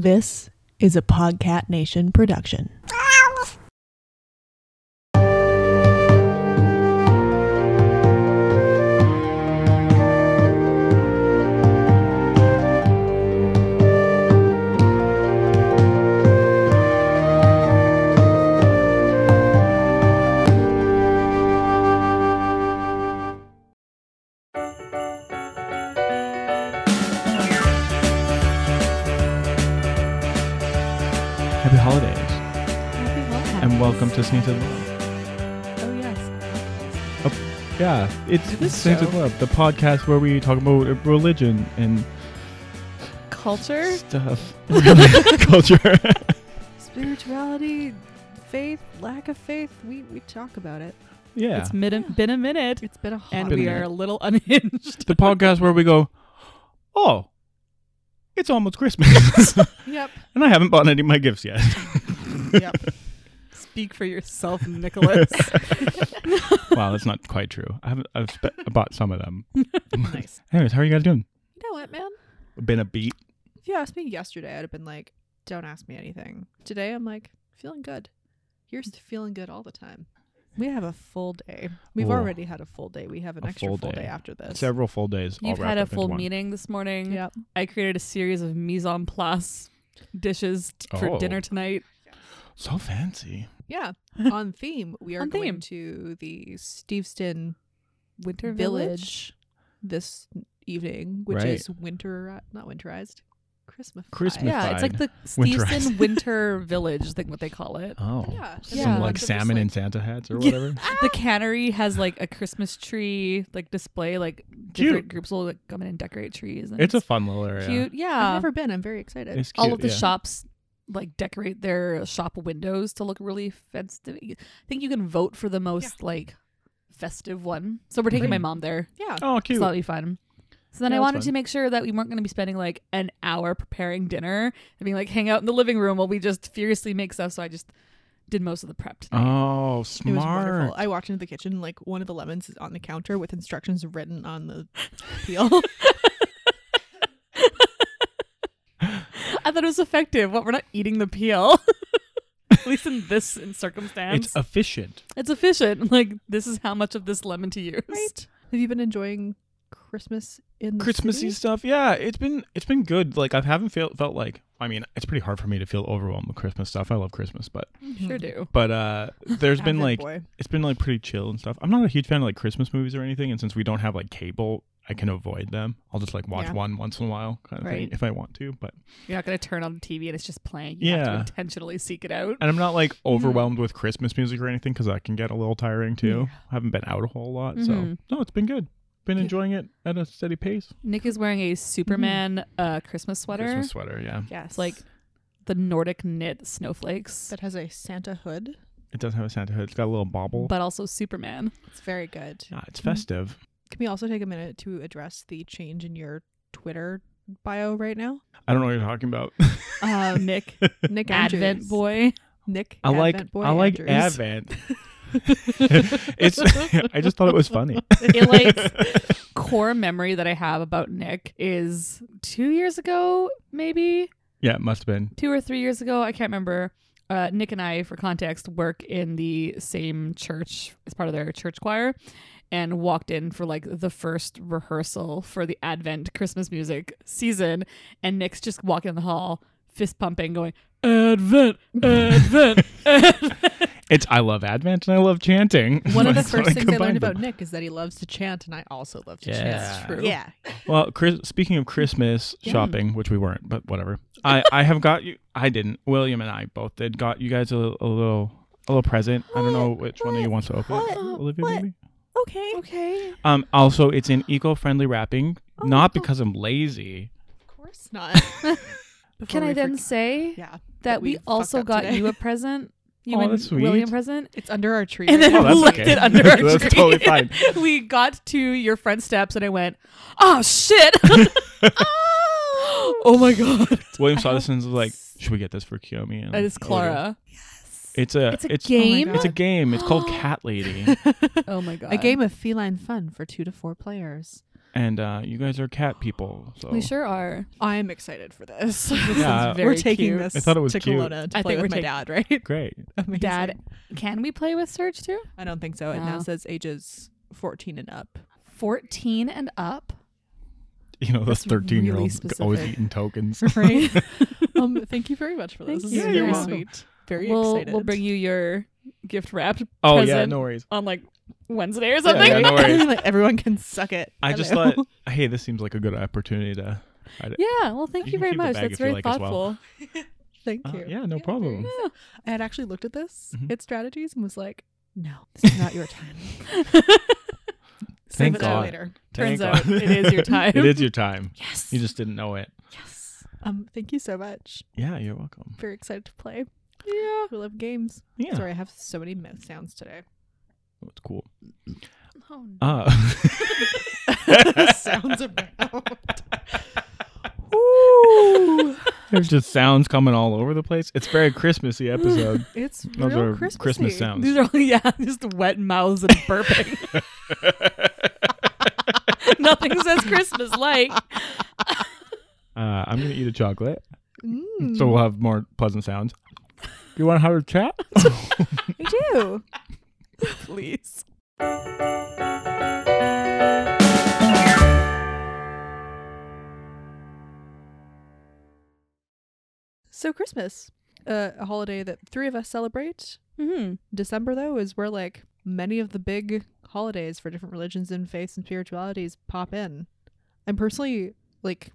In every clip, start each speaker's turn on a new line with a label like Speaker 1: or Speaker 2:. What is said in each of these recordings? Speaker 1: This is a Podcat Nation production.
Speaker 2: Happy holidays
Speaker 3: Happy holidays.
Speaker 2: and welcome to Sainted Love.
Speaker 3: Oh yes.
Speaker 2: Yeah, it's
Speaker 3: This
Speaker 2: Sainted
Speaker 3: show.
Speaker 2: Love, the podcast where we talk about religion and
Speaker 3: Culture,
Speaker 2: stuff, culture.
Speaker 3: spirituality, faith, lack of faith. We we talk about it.
Speaker 2: yeah,
Speaker 4: It's mid- been a minute,
Speaker 3: It's been a hot
Speaker 4: and
Speaker 2: Been
Speaker 4: we
Speaker 2: a minute.
Speaker 4: are a little unhinged.
Speaker 2: the podcast where we go, oh, it's almost Christmas,
Speaker 3: Yep.
Speaker 2: and I haven't bought any of my gifts yet.
Speaker 4: Speak for yourself, Nicholas.
Speaker 2: wow, that's not quite true. I haven't. I've spe- I bought some of them.
Speaker 4: nice.
Speaker 2: Anyways, how are you guys doing?
Speaker 3: You know what, man?
Speaker 2: Been a beat.
Speaker 3: If you asked me yesterday, I'd have been like, "Don't ask me anything." Today, I'm like, feeling good. Here's to feeling good all the time. We have a full day. We've
Speaker 2: Whoa.
Speaker 3: already had a full day. We have an
Speaker 2: A
Speaker 3: extra
Speaker 2: full
Speaker 3: full,
Speaker 2: day.
Speaker 3: day. after this.
Speaker 2: Several full days. all
Speaker 4: You've
Speaker 2: wrapped
Speaker 4: had a
Speaker 2: up into
Speaker 4: full
Speaker 2: one.
Speaker 4: meeting this morning.
Speaker 3: Yep.
Speaker 4: I created a series of mise en place dishes t- for
Speaker 2: Oh.
Speaker 4: dinner tonight.
Speaker 2: So fancy.
Speaker 3: Yeah. On theme, we are
Speaker 4: On
Speaker 3: going
Speaker 4: theme.
Speaker 3: to the Steveston
Speaker 4: Winter
Speaker 3: Village. this evening, which
Speaker 2: Right.
Speaker 3: is winter not winterized, Christmas.
Speaker 2: Christmas.
Speaker 4: Yeah, it's like the
Speaker 2: Winterized.
Speaker 4: Steveston Winter Village thing. What they call it.
Speaker 2: Oh.
Speaker 3: Yeah,
Speaker 2: Some
Speaker 4: Yeah.
Speaker 2: like salmon and Santa hats or whatever.
Speaker 4: The cannery has like a Christmas tree like display. Like different groups will like, come in and decorate trees. And
Speaker 2: It's a fun little area.
Speaker 4: cute. Yeah.
Speaker 3: I've never been. I'm very excited.
Speaker 2: It's
Speaker 4: all
Speaker 2: cute,
Speaker 4: of the
Speaker 2: yeah.
Speaker 4: shops like decorate their shop windows to look really festive. I think you can vote for the most like festive one. So we're taking my
Speaker 2: Mhm.
Speaker 4: mom there.
Speaker 3: yeah,
Speaker 2: Oh,
Speaker 4: So
Speaker 2: cute.
Speaker 4: that'll be fun. So then
Speaker 2: Yeah,
Speaker 4: I
Speaker 2: that's
Speaker 4: wanted
Speaker 2: fun.
Speaker 4: to make sure that we weren't going to be spending like an hour preparing dinner and being like hang out in the living room while we just furiously make stuff. So I just did most of the prep tonight.
Speaker 2: Oh,
Speaker 3: it was wonderful.
Speaker 2: smart.
Speaker 3: I walked into the kitchen, and, like one of the lemons is on the counter with instructions written on the peel.
Speaker 4: I thought it was effective. What we're not eating the peel. At least in this in circumstance,
Speaker 2: It's
Speaker 4: it's,
Speaker 2: efficient.
Speaker 4: efficient. Like this is how much of this lemon to use.
Speaker 3: right? Have you been enjoying Christmas in the
Speaker 2: Christmassy
Speaker 3: city?
Speaker 2: stuff. Yeah, it's been it's been good. Like I haven't felt felt like I mean, it's pretty hard for me to feel overwhelmed with Christmas stuff. I love Christmas, but
Speaker 4: Sure do.
Speaker 2: but uh there's been like
Speaker 3: Avid boy.
Speaker 2: it's been like pretty chill and stuff. I'm not a huge fan of like Christmas movies or anything, and since we don't have like cable, I can avoid them. I'll just like watch
Speaker 3: Yeah.
Speaker 2: one once in a while kind of thing
Speaker 4: Right.
Speaker 2: if I want to, but
Speaker 4: You're not going to turn on the TV and it's just playing. You have
Speaker 2: Yeah.
Speaker 4: to intentionally seek it out.
Speaker 2: and I'm not like
Speaker 3: Mm-hmm.
Speaker 2: overwhelmed with Christmas music or anything because that can get a little tiring too. I haven't been out a whole lot, so
Speaker 3: Mm-hmm.
Speaker 4: Mhm.
Speaker 2: no, it's been good. Been
Speaker 3: Yeah.
Speaker 2: enjoying it at a steady pace.
Speaker 4: Nick is wearing a Superman uh, Christmas sweater.
Speaker 2: Christmas sweater, yeah.
Speaker 3: Yes,
Speaker 4: It's like the Nordic knit snowflakes,
Speaker 3: that has a Santa hood.
Speaker 2: It does have a Santa hood. It's got a little bobble.
Speaker 4: but also Superman.
Speaker 3: It's very good.
Speaker 2: Ah, it's festive.
Speaker 3: Can we also take a minute to address the change in your Twitter bio right now?
Speaker 2: I don't know what you're talking about.
Speaker 3: Um,
Speaker 4: uh, Nick,
Speaker 3: Nick
Speaker 4: Advent
Speaker 3: Andrews.
Speaker 4: boy.
Speaker 3: Nick.
Speaker 2: I like
Speaker 3: Advent boy
Speaker 2: I like
Speaker 3: Andrews.
Speaker 2: Advent. it's I just thought it was funny.
Speaker 4: It like core memory that I have about Nick is two years ago, maybe
Speaker 2: Yeah, it must have been.
Speaker 4: two or three years ago. I can't remember. Uh, Nick and I, for context, work in the same church as part of their church choir and walked in for like the first rehearsal for the Advent Christmas music season. And Nick's just walking in the hall, fist pumping, going, Advent, Advent, Advent.
Speaker 2: It's I love Advent and I love chanting.
Speaker 3: One of the
Speaker 2: That's how
Speaker 3: first things I
Speaker 2: combined
Speaker 3: learned about
Speaker 2: them.
Speaker 3: Nick is that he loves to chant, and I also love to
Speaker 2: Yeah.
Speaker 3: chant.
Speaker 2: It's true.
Speaker 3: Yeah.
Speaker 2: Well, Chris, speaking of Christmas
Speaker 4: Yeah.
Speaker 2: shopping, which we weren't, but whatever. I I have got you. I didn't. William and I both did. Got you guys a, a little a little present. I don't know which one of you wants to open. it. Olivia, maybe.
Speaker 3: Okay. Okay.
Speaker 2: Um, also, it's in eco-friendly wrapping, not because I'm lazy.
Speaker 3: Of course not.
Speaker 4: Can I then say
Speaker 3: Yeah.
Speaker 4: that we,
Speaker 3: fucked
Speaker 4: also
Speaker 3: up
Speaker 4: got
Speaker 3: today.
Speaker 4: you a present? You
Speaker 2: Oh,
Speaker 4: and
Speaker 2: that's sweet.
Speaker 4: William present?
Speaker 3: It's under our tree.
Speaker 4: and then
Speaker 2: Oh,
Speaker 3: right
Speaker 2: that's
Speaker 3: now.
Speaker 4: left
Speaker 2: okay.
Speaker 4: it under our
Speaker 2: That's
Speaker 4: tree.
Speaker 2: totally fine.
Speaker 4: we got to your front steps, and I went, "Oh shit! oh my god!"
Speaker 2: William saw this and was like, "Should we get this for Kiyomi?" And
Speaker 4: That is Clara.
Speaker 2: It's a
Speaker 4: It's oh a
Speaker 2: it's,
Speaker 4: game.
Speaker 2: It's a game. It's called Cat Lady,
Speaker 4: Oh my god!
Speaker 3: A game of feline fun for two to four players.
Speaker 2: and uh, you guys are cat people. So
Speaker 4: We sure are.
Speaker 3: I am excited for this.
Speaker 2: Yeah,
Speaker 4: Very
Speaker 3: we're taking
Speaker 4: cute.
Speaker 3: this
Speaker 2: I thought it was
Speaker 3: to
Speaker 2: cute.
Speaker 3: Kelowna to
Speaker 4: I
Speaker 3: play
Speaker 4: think
Speaker 3: with
Speaker 4: we're
Speaker 3: my dad, right?
Speaker 2: great.
Speaker 3: Amazing.
Speaker 4: Dad, can we play with Surge too?
Speaker 3: I don't think so. It now
Speaker 4: No.
Speaker 3: says ages 14 and up.
Speaker 4: 14 and up.
Speaker 2: You know, those
Speaker 4: That's really
Speaker 2: thirteen year olds always
Speaker 4: specific.
Speaker 2: eating tokens.
Speaker 3: Right? um, thank you very much for this.
Speaker 4: Thank
Speaker 3: This
Speaker 4: you.
Speaker 2: Yeah,
Speaker 3: is very
Speaker 2: you're welcome.
Speaker 3: sweet. Very
Speaker 4: we'll,
Speaker 3: excited.
Speaker 4: We'll bring you your gift wrapped
Speaker 2: oh yeah,
Speaker 4: present
Speaker 2: no worries.
Speaker 4: on like Wednesday or
Speaker 2: Yeah,
Speaker 4: something.
Speaker 2: yeah, no worries.
Speaker 3: Like, everyone can suck it.
Speaker 2: I just
Speaker 3: Hello.
Speaker 2: thought, hey, this seems like a good opportunity to.
Speaker 4: Yeah, well, thank
Speaker 2: You
Speaker 4: you,
Speaker 2: can
Speaker 4: very
Speaker 2: keep the
Speaker 4: much.
Speaker 2: bag
Speaker 4: That's
Speaker 2: if you
Speaker 4: very
Speaker 2: like as well.
Speaker 4: thoughtful.
Speaker 3: Thank
Speaker 2: Uh,
Speaker 3: you.
Speaker 2: yeah, no
Speaker 3: very
Speaker 2: problem.
Speaker 3: excited. I had actually looked at this,
Speaker 2: Mhm.
Speaker 3: its strategies, and was like, no, this is not your time.
Speaker 2: Thank
Speaker 3: Save it till
Speaker 2: God.
Speaker 3: later.
Speaker 4: Turns
Speaker 2: Thank
Speaker 4: out it is your time.
Speaker 2: it is your time.
Speaker 3: Yes.
Speaker 2: You just didn't know it.
Speaker 3: yes. Um, thank you so much.
Speaker 2: Yeah, you're welcome.
Speaker 3: Very excited to play.
Speaker 4: yeah.
Speaker 3: We love games.
Speaker 2: Yeah,
Speaker 3: Sorry, I have so many mouth sounds today.
Speaker 2: it's cool.
Speaker 4: Oh, no.
Speaker 2: Uh,
Speaker 3: sounds about.
Speaker 2: There's just sounds coming all over the place. It's very Christmassy episode.
Speaker 3: It's
Speaker 2: Those
Speaker 3: real
Speaker 2: are
Speaker 3: Christmassy.
Speaker 2: Christmas sounds.
Speaker 4: These are all, yeah, just wet mouths and burping. Nothing says Christmas like.
Speaker 2: Uh, I'm gonna eat a chocolate,
Speaker 3: Mm,
Speaker 2: so we'll have more pleasant sounds. You want to have a chat?
Speaker 3: we do.
Speaker 4: Please.
Speaker 3: So Christmas, uh, a holiday that three of us celebrate.
Speaker 4: Mm-hmm.
Speaker 3: December though is where like many of the big holidays for different religions and faiths and spiritualities pop in. I'm personally like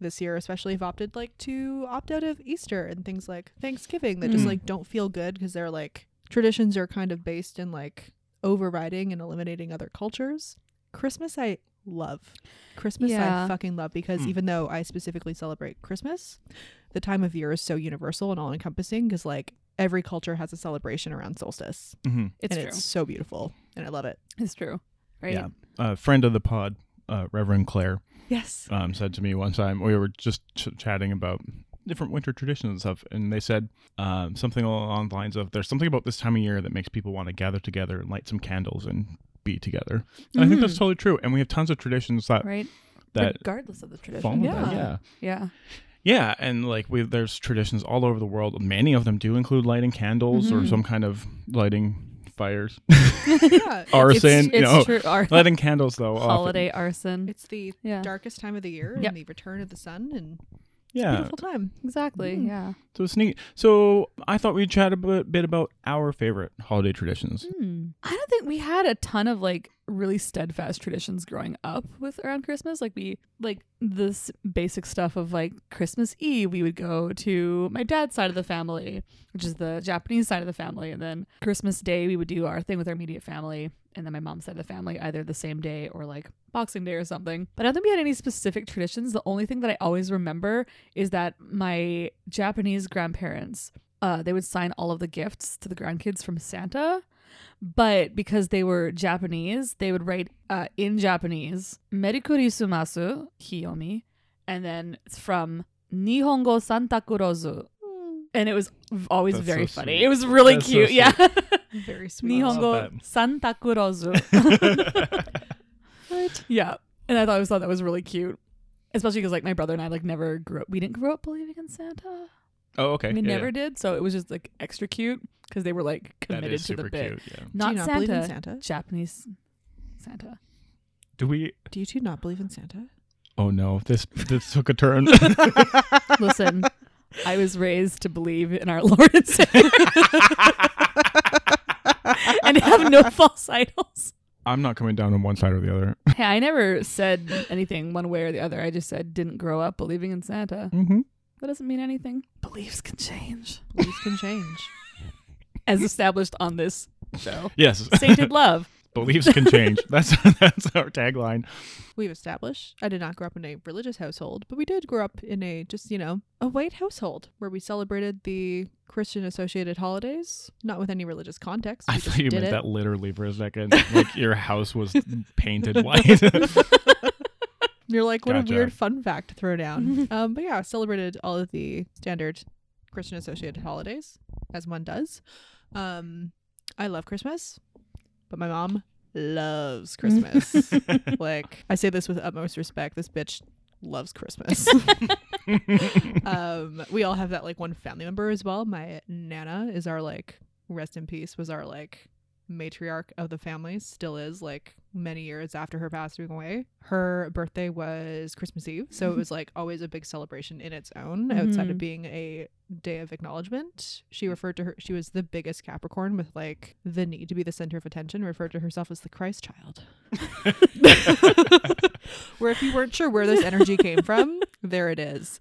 Speaker 3: this year especially have opted like to opt out of Easter and things like Thanksgiving that just
Speaker 2: Mm.
Speaker 3: like don't feel good because they're like traditions are kind of based in like overriding and eliminating other cultures. Christmas I love. Christmas I
Speaker 4: Yeah.
Speaker 3: fucking love because
Speaker 2: Mm.
Speaker 3: even though I specifically celebrate Christmas, the time of year is so universal and all encompassing because like every culture has a celebration around solstice
Speaker 2: Mm-hmm.
Speaker 4: It's
Speaker 3: and
Speaker 4: true.
Speaker 3: it's so beautiful and i love it
Speaker 4: It's true. Right?
Speaker 2: Yeah. A friend of the pod, uh, Reverend Claire,
Speaker 3: yes
Speaker 2: um, said to me one time we were just ch- chatting about different winter traditions and stuff, and they said um, something along the lines of "There's something about this time of year that makes people want to gather together and light some candles and be together." And I think that's totally true. And we have tons of traditions that
Speaker 4: Mm. Right?
Speaker 2: that
Speaker 4: Regardless of the
Speaker 2: fall
Speaker 4: tradition.
Speaker 2: into that. Yeah.
Speaker 4: Yeah.
Speaker 2: Yeah, and like we there's traditions all over the world. Many of them do include lighting candles or
Speaker 4: Mhm.
Speaker 2: some kind of lighting fires.
Speaker 3: yeah
Speaker 2: Arson, you
Speaker 4: it's
Speaker 2: know.
Speaker 4: true. Our
Speaker 2: Lighting candles though. often-
Speaker 4: holiday arson.
Speaker 3: it's the
Speaker 4: Mm. yeah.
Speaker 3: darkest time of the year
Speaker 4: Yep.
Speaker 3: and the return of the sun and
Speaker 2: Yeah.
Speaker 3: beautiful time
Speaker 4: Exactly.
Speaker 3: Mm.
Speaker 4: Yeah.
Speaker 2: So it's neat. So I thought we'd chat a bit, bit about our favorite holiday traditions.
Speaker 4: I don't think we had a ton of like really steadfast traditions growing up with around Christmas. Like we like this basic stuff of like Christmas Eve, we would go to my dad's side of the family, which is the Japanese side of the family, and then Christmas Day we would do our thing with our immediate family, and then my mom's side of the family either the same day or like Boxing Day or something. But I don't think we had any specific traditions. The only thing that I always remember is that my Japanese grandparents uh, they would sign all of the gifts to the grandkids from Santa but because they were Japanese, they would write uh, in Japanese "Merikuri Sumasu Kiyomi," and then it's from Nihongo Santa Kurozu, and it was always
Speaker 2: That's
Speaker 4: very
Speaker 2: so
Speaker 4: funny.
Speaker 2: sweet.
Speaker 4: It was really
Speaker 2: That's so
Speaker 4: cute,
Speaker 2: sweet.
Speaker 4: yeah.
Speaker 3: very sweet
Speaker 2: Love
Speaker 4: Nihongo
Speaker 2: that.
Speaker 4: Santa Kurozu, yeah. And I thought I always thought that was really cute, especially because like my brother and I like never grew up. We didn't grow up believing in Santa.
Speaker 2: oh, okay.
Speaker 4: we
Speaker 2: Yeah,
Speaker 4: never
Speaker 2: yeah.
Speaker 4: did, so it was just like extra cute because they were like
Speaker 2: That
Speaker 4: committed
Speaker 2: is
Speaker 4: to the
Speaker 2: super
Speaker 4: bit.
Speaker 2: cute. Yeah.
Speaker 3: do
Speaker 4: Not,
Speaker 3: you not
Speaker 4: Santa,
Speaker 3: believe in santa
Speaker 4: Japanese Santa.
Speaker 2: Do we?
Speaker 3: do you two not believe in santa
Speaker 2: Oh no! This this took a turn.
Speaker 4: Listen, I was raised to believe in our Lord and Savior and have no false idols.
Speaker 2: I'm not coming down on one side or the other.
Speaker 4: Hey, I never said anything one way or the other. I just said didn't grow up believing in Santa.
Speaker 2: Mm-hmm.
Speaker 4: That doesn't mean anything. Beliefs can change,
Speaker 3: beliefs can change
Speaker 4: as established on this show.
Speaker 2: Yes.
Speaker 4: Sainted love.
Speaker 2: Beliefs can change. That's that's our tagline.
Speaker 3: we've established i did not grow up in a religious household but we did grow up in a just you know a white household where we celebrated the christian associated holidays not with any religious context we
Speaker 2: I
Speaker 3: just
Speaker 2: thought you
Speaker 3: did
Speaker 2: meant
Speaker 3: it.
Speaker 2: that literally for a second. Like your house was painted white. Mm-hmm.
Speaker 3: You're like, what
Speaker 2: Gotcha.
Speaker 3: a weird fun fact to throw down. um, but yeah, celebrated all of the standard Christian associated holidays, as one does. Um, I love Christmas, but my mom loves Christmas. like I say this with utmost respect. This bitch loves Christmas. um, we all have that like one family member as well. My nana is our like rest in peace was our like matriarch of the family. Still is like many years after her passing away. Her birthday was Christmas Eve, so it was like always a big celebration in its own outside of
Speaker 4: Mhm.
Speaker 3: being a day of acknowledgement. She referred to her she was the biggest Capricorn with like the need to be the center of attention, referred to herself as the Christ child. where if you weren't sure where this energy came from, there it is.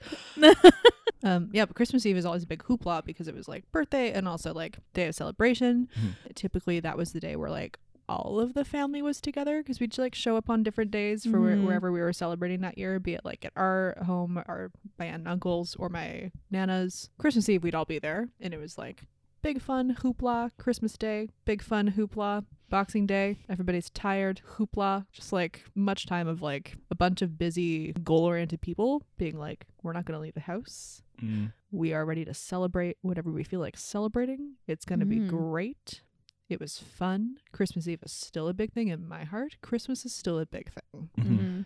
Speaker 3: um, yeah, but Christmas Eve is always a big hoopla because it was like birthday and also like day of celebration. Typically, that was the day where like all of the family was together because we'd like show up on different days for where
Speaker 4: Mhm.
Speaker 3: wherever we were celebrating that year, be it like at our home, our my aunt and uncle's, or my nana's. Christmas Eve, we'd all be there, and it was like big fun hoopla. Christmas Day, big fun hoopla. Boxing Day, everybody's tired, hoopla, just like much time of like a bunch of busy, goal oriented people being like, we're not going to leave the house.
Speaker 2: Mm.
Speaker 3: We are ready to celebrate whatever we feel like celebrating. It's going to be
Speaker 4: Mm.
Speaker 3: great. It was fun. Christmas Eve is still a big thing in my heart. Christmas is still a big thing.
Speaker 2: Mm-hmm.
Speaker 4: Mhm.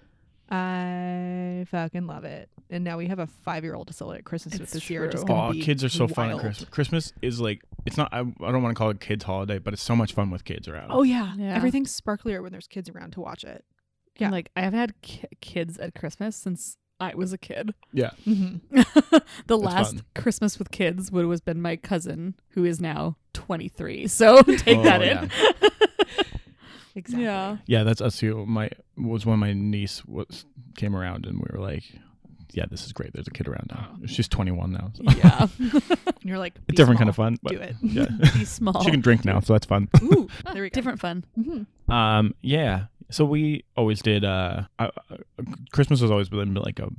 Speaker 3: I fucking love it. And now we have a five year old to celebrate Christmas with
Speaker 4: It's
Speaker 3: this year. It's
Speaker 4: true.
Speaker 3: just gonna
Speaker 2: Oh,
Speaker 3: be
Speaker 2: kids are so fun at
Speaker 3: wild.
Speaker 2: Christmas. Christmas is like it's not. I, I don't want to call it a kids' holiday, but it's so much fun with kids around.
Speaker 3: Oh, yeah.
Speaker 4: Yeah.
Speaker 3: Everything's sparklier when there's kids around to watch it. Yeah.
Speaker 4: And, Like I haven't had ki- kids at Christmas since I was a kid.
Speaker 3: Mm-hmm.
Speaker 4: the last
Speaker 2: fun.
Speaker 4: Christmas with kids would have been my cousin, who is now 23. So take
Speaker 2: Oh,
Speaker 4: that in.
Speaker 3: Exactly.
Speaker 4: yeah.
Speaker 2: Yeah, that's us too. My was when my niece was came around, and we were like, "Yeah, this is great. There's a kid around now. She's 21 now. So.
Speaker 4: Yeah.
Speaker 3: And you're like,
Speaker 2: It's
Speaker 3: Oh. "Be
Speaker 2: different kind of
Speaker 3: small.
Speaker 2: fun. But
Speaker 3: Do it.
Speaker 2: Yeah,
Speaker 4: Be small.
Speaker 2: she can drink now, so that's fun.
Speaker 3: Ooh,
Speaker 4: Ah,
Speaker 3: there we go.
Speaker 4: Different fun.
Speaker 3: Mhm.
Speaker 4: Mm-hmm.
Speaker 2: Um, yeah. So we always did. Uh, uh, uh, Christmas has always been like a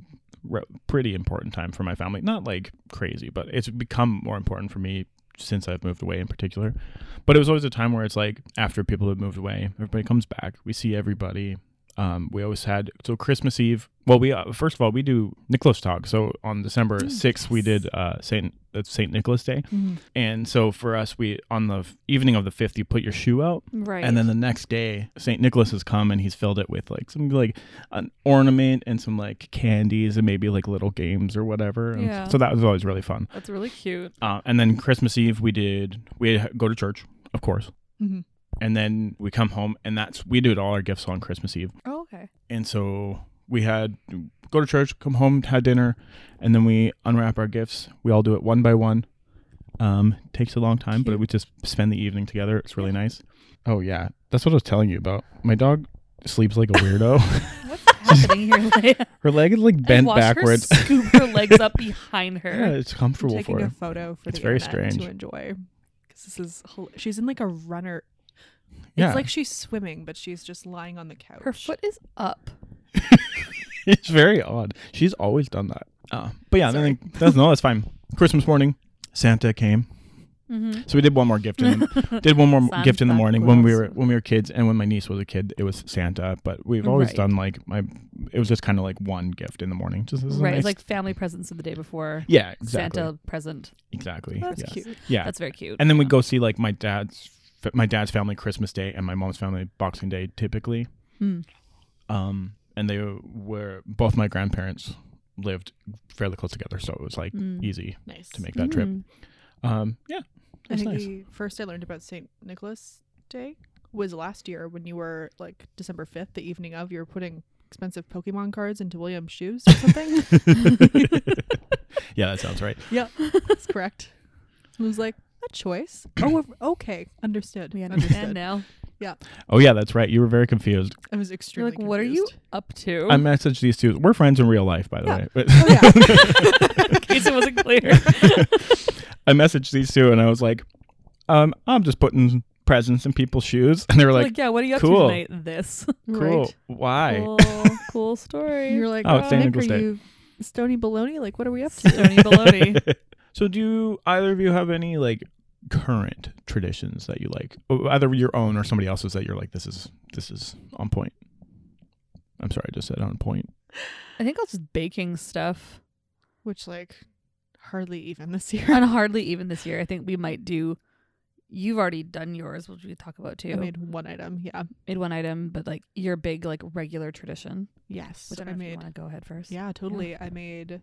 Speaker 2: re- pretty important time for my family. Not like crazy, but it's become more important for me since I've moved away, in particular. But it was always a time where it's like after people have moved away, everybody comes back. We see everybody. Um, we always had so Christmas Eve. Well, we uh, first of all we do Nicholas talk. So on December sixth, we did uh, Saint that's Saint Nicholas Day,
Speaker 4: Mm-hmm.
Speaker 2: and so for us, we on the f- evening of the fifth, you put your shoe out,
Speaker 4: Right.
Speaker 2: and then the next day, St. Nicholas has come and he's filled it with like some like an ornament and some like candies and maybe like little games or whatever. And
Speaker 4: Yeah.
Speaker 2: So that was always really fun.
Speaker 4: That's really cute.
Speaker 2: Uh, and then Christmas Eve, we did, we had- go to church, of course.
Speaker 3: Mhm.
Speaker 2: And then we come home and that's, we did all our gifts on Christmas Eve.
Speaker 4: Oh, okay.
Speaker 2: And so we had, go to church, come home, had dinner, and then we unwrap our gifts. We all do it one by one. Um, takes a long time, but
Speaker 4: Cute.
Speaker 2: we just spend the evening together. It's really nice. Oh yeah, that's what I was telling you about. My dog sleeps like a weirdo.
Speaker 4: What's happening here? Leia?
Speaker 2: her leg is like
Speaker 4: And
Speaker 2: bent
Speaker 4: watch
Speaker 2: backwards.
Speaker 4: Her scoop her legs up behind
Speaker 2: yeah,
Speaker 4: her.
Speaker 2: it's comfortable
Speaker 3: taking
Speaker 2: for
Speaker 3: a
Speaker 2: her.
Speaker 3: photo for
Speaker 2: It's
Speaker 3: the
Speaker 2: very
Speaker 3: internet
Speaker 2: strange.
Speaker 3: to enjoy because this is hol- she's in like a runner. It's
Speaker 2: Yeah,
Speaker 3: like she's swimming, but she's just lying on the couch.
Speaker 4: Her foot is up.
Speaker 2: it's very odd. She's always done that. Uh, but yeah, then, that's no, that's fine. Christmas morning, Santa came.
Speaker 4: Mm-hmm.
Speaker 2: So we did one more gift in the, did one more
Speaker 4: Santa
Speaker 2: gift in the morning when we were
Speaker 4: Claus.
Speaker 2: when we were kids and when my niece was a kid it was Santa but we've always
Speaker 4: Right.
Speaker 2: done like my it was just kind of like one gift in the morning just this is a
Speaker 4: Right.
Speaker 2: nice-
Speaker 4: It's like family presents of the day before.
Speaker 2: yeah exactly
Speaker 4: Santa present.
Speaker 2: exactly
Speaker 3: That's
Speaker 2: yeah.
Speaker 3: cute.
Speaker 2: yeah
Speaker 4: That's very cute.
Speaker 2: and then we go see like my dad's f- my dad's family Christmas Day and my mom's family Boxing Day typically
Speaker 4: Hmm.
Speaker 2: um and they were both my grandparents lived fairly close together so it was like
Speaker 4: Mm.
Speaker 2: easy
Speaker 3: Nice
Speaker 2: to make that trip
Speaker 4: Mm.
Speaker 2: um yeah
Speaker 3: I
Speaker 2: that's
Speaker 3: think
Speaker 2: nice
Speaker 3: the first I learned about Saint Nicholas Day was last year when you were like December fifth, the evening of. You were putting expensive Pokemon cards into William's shoes or something.
Speaker 2: yeah that sounds right
Speaker 3: yeah, that's correct. It was like a choice. Oh, okay, understood.
Speaker 4: We understand now.
Speaker 2: oh yeah that's right you were very confused
Speaker 3: I was
Speaker 4: You're
Speaker 3: extremely
Speaker 4: like, what are you
Speaker 3: confused.
Speaker 4: up to?
Speaker 2: I messaged these two. We're friends in real life, by the
Speaker 3: Yeah.
Speaker 2: way. But
Speaker 3: Oh yeah.
Speaker 4: in case it wasn't clear.
Speaker 2: I messaged these two, and I was like, um, "I'm just putting presents in people's shoes," and they were
Speaker 4: like,
Speaker 2: like,
Speaker 4: yeah, what are you up
Speaker 2: cool.
Speaker 4: to tonight? This.
Speaker 2: "Cool,
Speaker 3: Right.
Speaker 2: why?"
Speaker 4: Cool, cool story.
Speaker 3: You're like,
Speaker 2: Oh,
Speaker 3: oh,
Speaker 2: it's Saint
Speaker 3: Nick,
Speaker 2: Nicholas
Speaker 3: are
Speaker 2: Day.
Speaker 3: you Stony Baloney? Like, what are we up to?
Speaker 4: Stony baloney.
Speaker 2: So, do you, either of you have any like current traditions that you like, Oh, either your own or somebody else's that you're like, "This is this is on point." I'm sorry, I just said on point.
Speaker 4: I think I was just baking stuff.
Speaker 3: Which like hardly even this year.
Speaker 4: And hardly even this year. I think we might do You've already done yours, which we talk about too.
Speaker 3: I made one item. Yeah.
Speaker 4: Made one item, but like your big like regular tradition,
Speaker 3: Yes.
Speaker 4: which I,
Speaker 3: I,
Speaker 4: don't know if you
Speaker 3: made.
Speaker 4: want to go ahead first.
Speaker 3: Yeah, totally. I made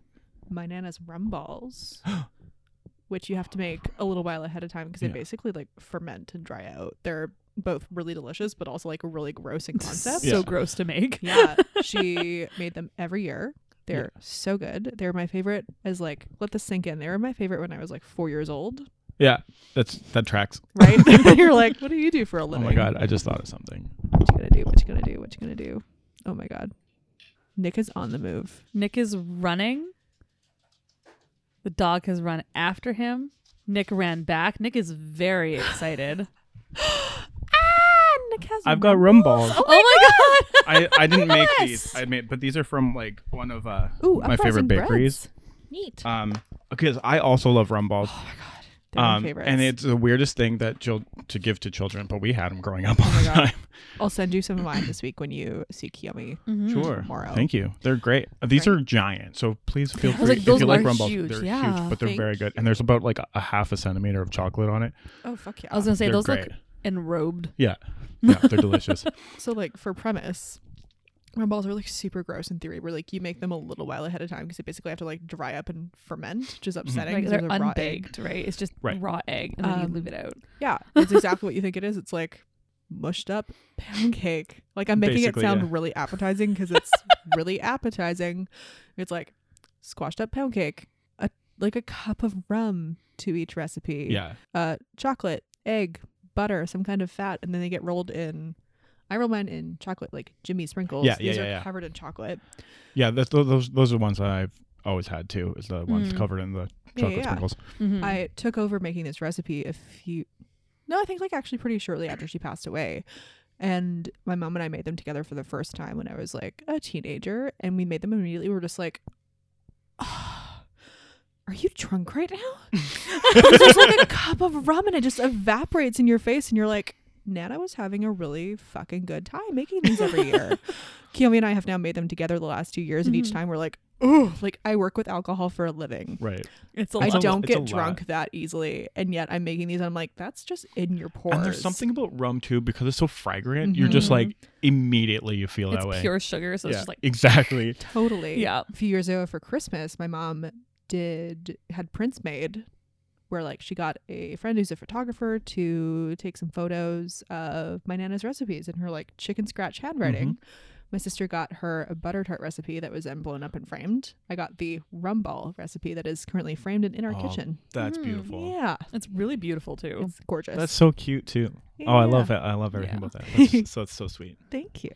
Speaker 3: my nana's rum balls, which you have to make a little while ahead of time because they
Speaker 2: Yeah.
Speaker 3: basically like ferment and dry out. They're both really delicious, but also like really gross in concept.
Speaker 4: so
Speaker 2: Yeah.
Speaker 4: gross to make.
Speaker 3: yeah, she made them every year. They're so good. They're my favorite as like let this sink in. They were my favorite when I was like four years old,
Speaker 2: Yeah, that's that tracks.
Speaker 3: right? You're like, what do you do for a
Speaker 2: Oh
Speaker 3: living?
Speaker 2: my god, I just thought of something.
Speaker 3: What you gonna do? What you gonna do? What you gonna do? Oh my god. Nick is on the move.
Speaker 4: Nick is running. The dog has run after him. Nick ran back. Nick is very excited. ah, Nick has
Speaker 2: I've got rum balls.
Speaker 4: Oh my god.
Speaker 2: I, I didn't make
Speaker 4: Yes!
Speaker 2: these. I made, but these are from like one of uh
Speaker 3: Ooh,
Speaker 2: my favorite bakeries.
Speaker 4: Neat.
Speaker 2: Um, because I also love rum balls.
Speaker 4: Oh,
Speaker 3: They're my
Speaker 2: um,
Speaker 3: favorites.
Speaker 2: and it's the weirdest thing that chil- to give to children, but we had them growing
Speaker 4: Oh
Speaker 2: up all the time.
Speaker 3: I'll send you some of mine this week when you see Kiyomi.
Speaker 4: Mm, Mm-hmm.
Speaker 2: Sure.
Speaker 3: Tomorrow.
Speaker 2: Thank you. They're great. Uh, These are giant, so please feel
Speaker 4: I
Speaker 2: free
Speaker 4: was like,
Speaker 2: if
Speaker 4: those
Speaker 2: you like
Speaker 4: are
Speaker 2: rum balls.
Speaker 4: huge,
Speaker 2: They're
Speaker 4: yeah.
Speaker 2: huge, but they're
Speaker 3: Thank
Speaker 2: very good. And there's about like a, a half a centimeter of chocolate on it.
Speaker 3: Oh fuck yeah!
Speaker 4: I was gonna say
Speaker 2: they're
Speaker 4: those
Speaker 2: great.
Speaker 4: look enrobed.
Speaker 2: Yeah, yeah, they're delicious.
Speaker 3: so like for premise, rum balls are like super gross in theory. Where like you make them a little while ahead of time because they basically have to like dry up and ferment, which
Speaker 2: Mm-hmm.
Speaker 3: is upsetting.
Speaker 4: Like
Speaker 3: 'cause
Speaker 4: they're
Speaker 3: there's a raw egg.
Speaker 4: unbaked, right? It's just
Speaker 2: Right.
Speaker 4: raw egg, and then you
Speaker 3: Um,
Speaker 4: leave it out.
Speaker 3: Yeah, it's exactly what you think it is. It's like mushed up pancake. Like I'm making
Speaker 2: Basically,
Speaker 3: it sound
Speaker 2: yeah.
Speaker 3: really appetizing because it's really appetizing. It's like squashed up pound cake, a, like a cup of rum to each recipe.
Speaker 2: Yeah,
Speaker 3: uh, chocolate, egg, butter, some kind of fat, and then they get rolled in. I roll mine in chocolate, like Jimmy sprinkles.
Speaker 2: Yeah, yeah,
Speaker 3: These
Speaker 2: yeah,
Speaker 3: are
Speaker 2: yeah.
Speaker 3: covered in chocolate.
Speaker 2: yeah. That's, tho- those those are the ones that I've always had too. Is the ones
Speaker 4: Mm.
Speaker 2: covered in the
Speaker 3: Yeah,
Speaker 2: chocolate
Speaker 3: yeah.
Speaker 2: sprinkles.
Speaker 4: Mhm.
Speaker 3: I took over making this recipe a few. No, I think like actually pretty shortly after she passed away. And my mom and I made them together for the first time when I was like a teenager. And we made them immediately. We were just like, "Ah, are you drunk right now? Because there's like a cup of rum and it just evaporates in your face. And you're like, Nana was having a really fucking good time making these every year. Kiyomi and I have now made them together the last two years. And each
Speaker 4: Mhm.
Speaker 3: time we're like, oh, like I work with alcohol for a living.
Speaker 2: Right.
Speaker 4: It's a
Speaker 3: I
Speaker 2: It's
Speaker 4: lot.
Speaker 2: lo-
Speaker 3: don't
Speaker 2: it's a
Speaker 3: get
Speaker 2: lot.
Speaker 3: drunk that easily, and yet I'm making these. And I'm like, that's just in your pores.
Speaker 2: And there's something about rum too because it's so fragrant. You're just
Speaker 4: Mhm.
Speaker 2: like immediately you feel
Speaker 4: It's
Speaker 2: that way.
Speaker 4: pure sugar, so
Speaker 2: yeah,
Speaker 4: it's just like
Speaker 2: exactly.
Speaker 3: totally.
Speaker 4: yeah.
Speaker 3: A few years ago for Christmas, my mom did had prints made, where like she got a friend who's a photographer to take some photos of my nana's recipes and her like chicken scratch handwriting.
Speaker 2: Mm-hmm.
Speaker 3: My sister got her a butter tart recipe that was then blown up and framed. I got the rum ball recipe that is currently framed and in our
Speaker 2: Oh,
Speaker 3: kitchen.
Speaker 2: That's
Speaker 4: Mm,
Speaker 2: beautiful.
Speaker 3: Yeah,
Speaker 4: It's really beautiful too.
Speaker 3: it's gorgeous.
Speaker 2: That's so cute too. Oh, I
Speaker 3: Yeah.
Speaker 2: love it. I love everything
Speaker 4: Yeah.
Speaker 2: about that. That's just- so it's so sweet.
Speaker 3: Thank you.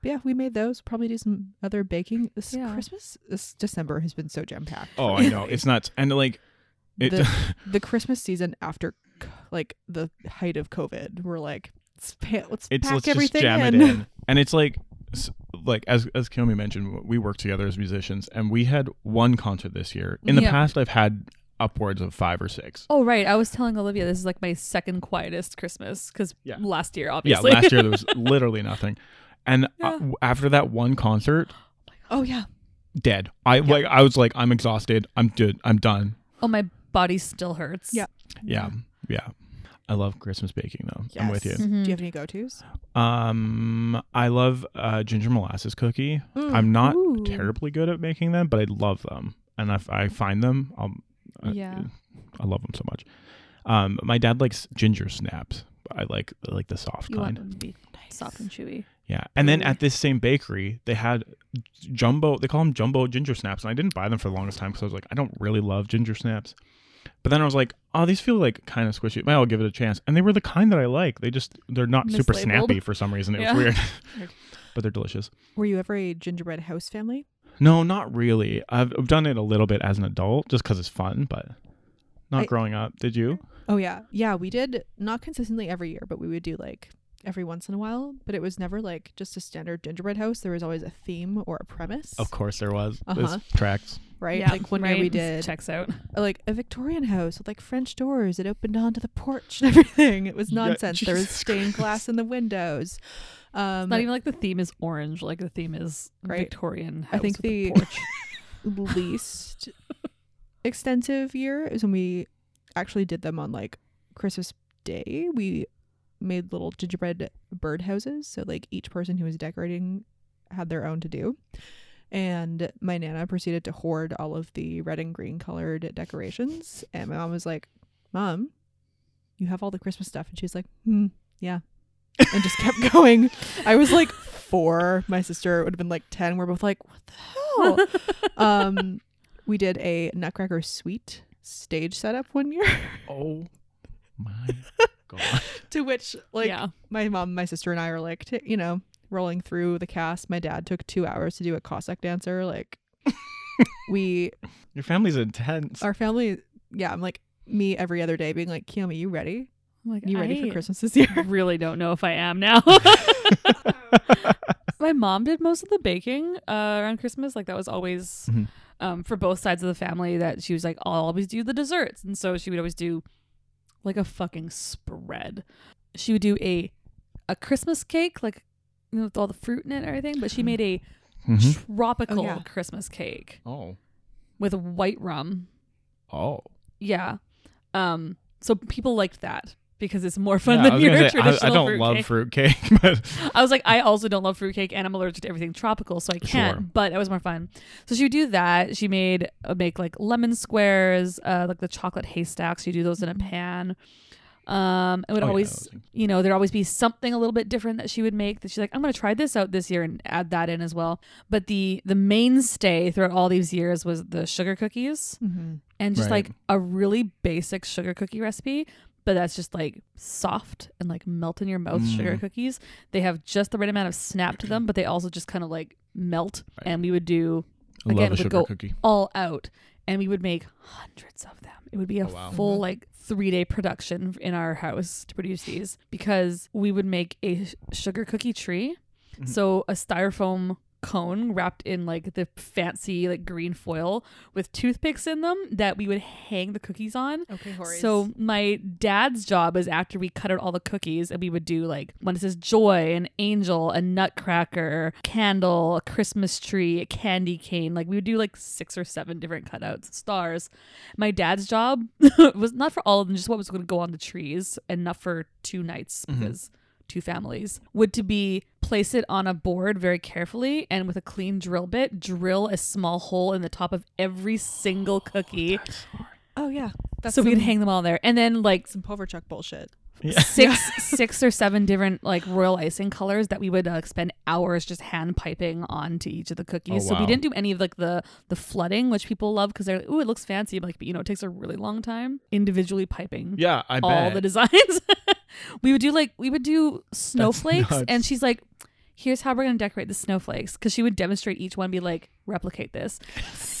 Speaker 3: But yeah, we made those. Probably do some other baking. This
Speaker 4: Yeah.
Speaker 3: Christmas, this December has been so jam packed.
Speaker 2: Oh, I know. It's nuts. And like, it,
Speaker 3: The- The Christmas season after, c- like the height of COVID, we're like, let's, pa- let's
Speaker 2: it's
Speaker 3: pack
Speaker 2: let's just
Speaker 3: everything
Speaker 2: jam
Speaker 3: in.
Speaker 2: it in. And it's like, s- like as as Kiyomi mentioned, we work together as musicians, and we had one concert this year. In the
Speaker 4: Yeah.
Speaker 2: past, I've had upwards of five or six.
Speaker 4: Oh right, I was telling Olivia this is like my second quietest Christmas because
Speaker 2: Yeah.
Speaker 4: last year
Speaker 2: yeah,
Speaker 4: obviously.
Speaker 2: last year there was literally nothing. And uh,
Speaker 4: Yeah.
Speaker 2: w- after that one concert,
Speaker 3: Oh yeah,
Speaker 2: dead. I like I was like I'm exhausted. I'm good. I'm done.
Speaker 4: oh, my body still hurts.
Speaker 3: Yeah.
Speaker 2: Yeah, yeah. I love Christmas baking though. I'm with
Speaker 3: Yes.
Speaker 2: you.
Speaker 3: Do you have any go tos?
Speaker 2: Um, I love uh, ginger molasses cookie.
Speaker 3: Mm.
Speaker 2: I'm not terribly good at making them, but I love them, and if I find them, um, I,
Speaker 4: Yeah.
Speaker 2: I love them so much. Um, my dad likes ginger snaps. I like I like the soft
Speaker 4: You want
Speaker 2: kind.
Speaker 4: them to be soft and chewy.
Speaker 2: Yeah, and then
Speaker 4: Ooh.
Speaker 2: at this same bakery, they had jumbo. They call them jumbo ginger snaps, and I didn't buy them for the longest time because I was like, I don't really love ginger snaps. But then I was like, oh, these feel like kind of squishy. Well, I'll give it a chance. And they were the kind that I like. They just they're not super
Speaker 4: Mislabeled.
Speaker 2: snappy for some reason. It
Speaker 4: Yeah.
Speaker 2: was weird, but they're delicious.
Speaker 3: Were you ever a gingerbread house family?
Speaker 2: No, not really. I've, I've done it a little bit as an adult just because it's fun, but not
Speaker 3: I-
Speaker 2: growing up. Did you?
Speaker 3: Oh yeah, yeah. We did not consistently every year, but we would do like every once in a while. But it was never like just a standard gingerbread house. There was always a theme or a premise,
Speaker 2: Of course there was. There's
Speaker 3: Uh-huh.
Speaker 2: tracks.
Speaker 3: right?
Speaker 4: Yeah,
Speaker 3: like one year
Speaker 4: right?
Speaker 3: we did
Speaker 4: checks out.
Speaker 3: like a Victorian house with like French doors. It opened onto the porch and everything. It was
Speaker 2: Yeah,
Speaker 3: nonsense. there was
Speaker 2: Jesus
Speaker 3: stained glass in the windows. Um,
Speaker 4: Not even like the theme is orange. Like the theme is
Speaker 3: Right.
Speaker 4: Victorian.
Speaker 3: I
Speaker 4: house
Speaker 3: think
Speaker 4: with
Speaker 3: the-
Speaker 4: a porch.
Speaker 3: least extensive year is when we actually did them on like Christmas day we made little gingerbread bird houses. So like each person who was decorating had their own to do. And my nana proceeded to hoard all of the red and green colored decorations. And my mom was like, Mom, you have all the Christmas stuff. And she's like, Hmm, yeah. And just kept going. I was like four. My sister would have been like 10. We're both like, What the hell? um, we did a Nutcracker Suite stage setup one year
Speaker 2: Oh my god.
Speaker 3: to which, like,
Speaker 4: yeah.
Speaker 3: my mom, my sister, and I are like, t- you know, rolling through the cast. My dad took two hours to do a Cossack dancer. Like, we,
Speaker 2: Your family's intense.
Speaker 3: our family, yeah, I'm like, me every other day being like, Kiyomi, you ready?
Speaker 4: I'm like,
Speaker 3: You ready
Speaker 4: I
Speaker 3: for Christmas this year?
Speaker 4: really don't know if I am now. My mom did most of the baking uh, around Christmas. Like that was always
Speaker 3: Mm-hmm.
Speaker 2: Mhm.
Speaker 4: um, for both sides of the family that she was like, I'll always do the desserts. And so she would always do like a fucking spread. She would do a a Christmas cake, like you know, with all the fruit in it and everything, but she made a
Speaker 2: Mhm.
Speaker 4: tropical
Speaker 3: Mm-hmm. Oh, yeah.
Speaker 4: Christmas cake
Speaker 2: Oh.
Speaker 4: with white rum.
Speaker 2: Oh.
Speaker 4: Yeah. Um so people liked that because it's more fun
Speaker 2: Yeah, I
Speaker 4: than
Speaker 2: was
Speaker 4: your
Speaker 2: gonna say, I-
Speaker 4: traditional
Speaker 2: I, don't
Speaker 4: fruit
Speaker 2: love
Speaker 4: cake.
Speaker 2: fruitcake, but
Speaker 4: I was like, I also don't love fruitcake, and I'm allergic to everything tropical, so I can't.
Speaker 2: Sure.
Speaker 4: But it was more fun. So she would do that. She made uh, make like lemon squares, uh, like the chocolate haystacks. You do those in a pan. Um, it would
Speaker 2: Mm-hmm. Oh, yeah,
Speaker 4: always,
Speaker 2: those things.
Speaker 4: you know, there'd always be something a little bit different that she would make. That she's like, I'm gonna try this out this year and add that in as well. But the the mainstay throughout all these years was the sugar cookies
Speaker 3: mm-hmm.
Speaker 4: and just
Speaker 2: Right.
Speaker 4: like a really basic sugar cookie recipe but that's just like soft and like melt in your mouth sugar
Speaker 2: Mm.
Speaker 4: cookies they have just the right amount of snap to them but they also just kind of like melt
Speaker 2: Right.
Speaker 4: and we would do
Speaker 2: I
Speaker 4: Again,
Speaker 2: love a
Speaker 4: it would
Speaker 2: sugar
Speaker 4: go-
Speaker 2: cookie.
Speaker 4: all out and we would make hundreds of them it would be a
Speaker 2: Oh, wow.
Speaker 4: full like three day production in our house to produce these because we would make a sh- sugar cookie tree
Speaker 2: Mhm.
Speaker 4: so a styrofoam cone wrapped in like the fancy like green foil with toothpicks in them that we would hang the cookies on
Speaker 3: Okay,
Speaker 4: so my dad's job is after we cut out all the cookies and we would do like when it says joy, an angel, a nutcracker, candle, a Christmas tree, a candy cane. Like we would do like six or seven different cutouts, stars. My dad's job was not for all of them, just what was going to go on the trees, enough for two nights
Speaker 2: Mhm.
Speaker 4: because two families would to be place it on a board very carefully and with a clean drill bit drill a small hole in the top of every single cookie
Speaker 3: oh yeah,
Speaker 4: so we'd
Speaker 3: some-
Speaker 4: hang them all there and then like
Speaker 3: some Poverchuk bullshit.
Speaker 2: Yeah.
Speaker 4: six six or seven different like royal icing colors that we would uh, spend hours just hand piping onto each of the cookies.
Speaker 2: Oh,
Speaker 4: So we
Speaker 2: wow.
Speaker 4: didn't do any of like the the flooding, which people love because they're like, "Ooh, it looks fancy," but, like but you know, it takes a really long time individually piping
Speaker 2: Yeah, I
Speaker 4: all
Speaker 2: bet.
Speaker 4: the designs. we would do like we would do snowflakes,
Speaker 2: nuts.
Speaker 4: and she's like. Here's how we're gonna decorate the snowflakes because she would demonstrate each one, be like, replicate this,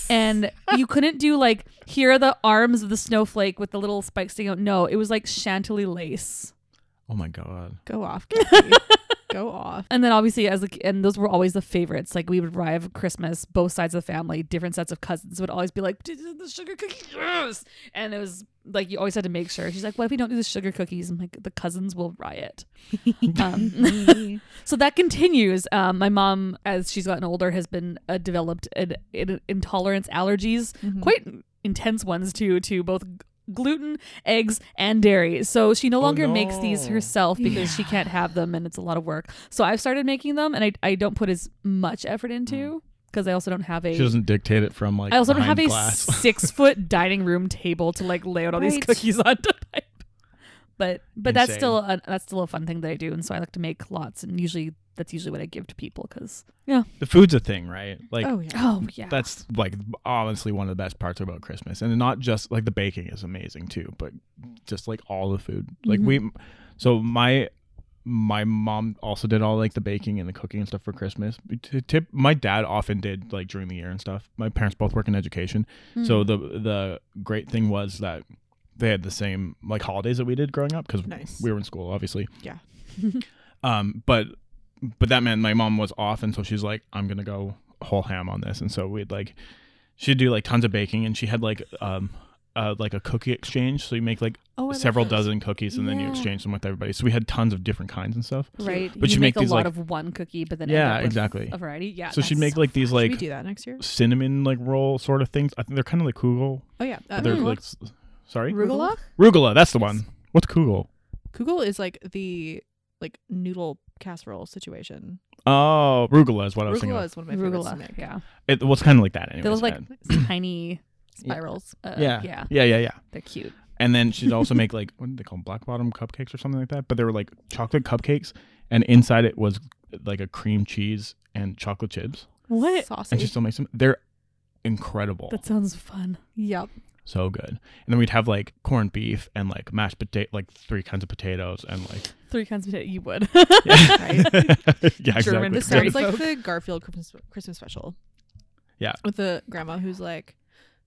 Speaker 4: and you couldn't do like here are the arms of the snowflake with the little spikes sticking out. No, it was like chantilly lace.
Speaker 2: oh my god.
Speaker 3: Go off, Kathy. go off.
Speaker 4: And then obviously as like and those were always the favorites. Like we would arrive Christmas, both sides of the family, different sets of cousins would always be like, "This is the sugar cookie, yes!" And it was like you always had to make sure. She's like, What if we don't do the sugar cookies? I'm like, the cousins will riot. um, so that continues. Um, my mom, as she's gotten older, has been uh, developed an, an intolerance allergies,
Speaker 2: Mm.
Speaker 3: Mm-hmm.
Speaker 4: quite intense ones too, to both g- gluten, eggs, and dairy. So she no
Speaker 2: Oh,
Speaker 4: longer makes these
Speaker 2: no.
Speaker 4: herself because she can't have them, and it's a lot of work. So I've started making them, and I I don't put as much effort into because I also don't have
Speaker 2: Mm. She
Speaker 4: a.
Speaker 2: doesn't dictate it from like
Speaker 4: I also don't have
Speaker 2: behind
Speaker 4: a
Speaker 2: glass.
Speaker 4: six foot dining room table to like lay out all these
Speaker 3: Right.
Speaker 4: cookies onto pipe. But but that's
Speaker 2: Insane.
Speaker 4: still a, that's still a fun thing that I do, and so I like to make lots, and usually that's usually what I give to people because yeah
Speaker 2: the food's a thing, right? Like
Speaker 3: oh yeah.
Speaker 4: oh yeah
Speaker 2: that's like honestly one of the best parts about Christmas, and not just like the baking is amazing too, but just like all the food. Like we,
Speaker 4: Mm-hmm.
Speaker 2: so my my mom also did all like the baking and the cooking and stuff for Christmas. T- Tip my dad often did like during the year and stuff. My parents both work in education, so
Speaker 3: Mm.
Speaker 2: the the great thing was that they had the same like holidays that we did growing up because
Speaker 3: Nice.
Speaker 2: we were in school, obviously.
Speaker 3: Yeah.
Speaker 2: um, but but that meant my mom was off, and so she's like, I'm gonna go whole ham on this, and so we'd like she'd do like tons of baking, and she had like um. Uh, like a cookie exchange, so you make like
Speaker 3: Oh, I love
Speaker 2: several
Speaker 3: those.
Speaker 2: dozen cookies, and then you
Speaker 4: Yeah.
Speaker 2: exchange them with everybody. So we had tons of different kinds and stuff.
Speaker 4: right
Speaker 2: But you make
Speaker 4: a
Speaker 2: these,
Speaker 4: lot
Speaker 2: like-
Speaker 4: of one cookie but then end
Speaker 2: Yeah,
Speaker 4: up with
Speaker 2: exactly.
Speaker 4: a variety yeah
Speaker 2: so she'd
Speaker 4: that's-
Speaker 2: make like these
Speaker 3: Should we
Speaker 2: like
Speaker 3: do that next year?
Speaker 2: cinnamon like roll sort of things. I think they're kind of like kugel.
Speaker 3: Oh yeah. Uh,
Speaker 2: But they're
Speaker 4: Mm.
Speaker 2: like s- sorry,
Speaker 4: Ru- Arugula?
Speaker 2: rugula. That's the one. What's kugel?
Speaker 3: Kugel is like the like noodle casserole situation.
Speaker 2: Oh, arugula is what I was thinking.
Speaker 3: Arugula
Speaker 2: Of.
Speaker 3: is one of my favorites to
Speaker 4: Arugula.
Speaker 3: make.
Speaker 4: Yeah.
Speaker 2: It was kind of like that, anyways.
Speaker 4: They look like
Speaker 2: man.
Speaker 4: tiny
Speaker 3: Spirals.
Speaker 4: uh,
Speaker 2: yeah.
Speaker 4: yeah.
Speaker 2: yeah, yeah, yeah.
Speaker 4: They're cute.
Speaker 2: And then she'd also make like what did they call them? black bottom cupcakes or something like that. But they were like chocolate cupcakes, and inside it was like a cream cheese and chocolate chips.
Speaker 4: What?
Speaker 2: And she
Speaker 3: Saucy.
Speaker 2: still makes them. They're incredible,
Speaker 4: That sounds fun.
Speaker 3: Yep.
Speaker 2: so good. And then we'd have like corned beef and like mashed potato, like three kinds of potatoes, and like
Speaker 4: Three kinds of potato. You would.
Speaker 2: yeah,
Speaker 3: Right.
Speaker 2: yeah exactly.
Speaker 4: German
Speaker 3: This
Speaker 2: It's
Speaker 3: sounds
Speaker 4: Great
Speaker 2: great.
Speaker 3: like
Speaker 4: folk.
Speaker 3: the Garfield Christmas, Christmas special.
Speaker 2: Yeah.
Speaker 3: With the grandma who's like,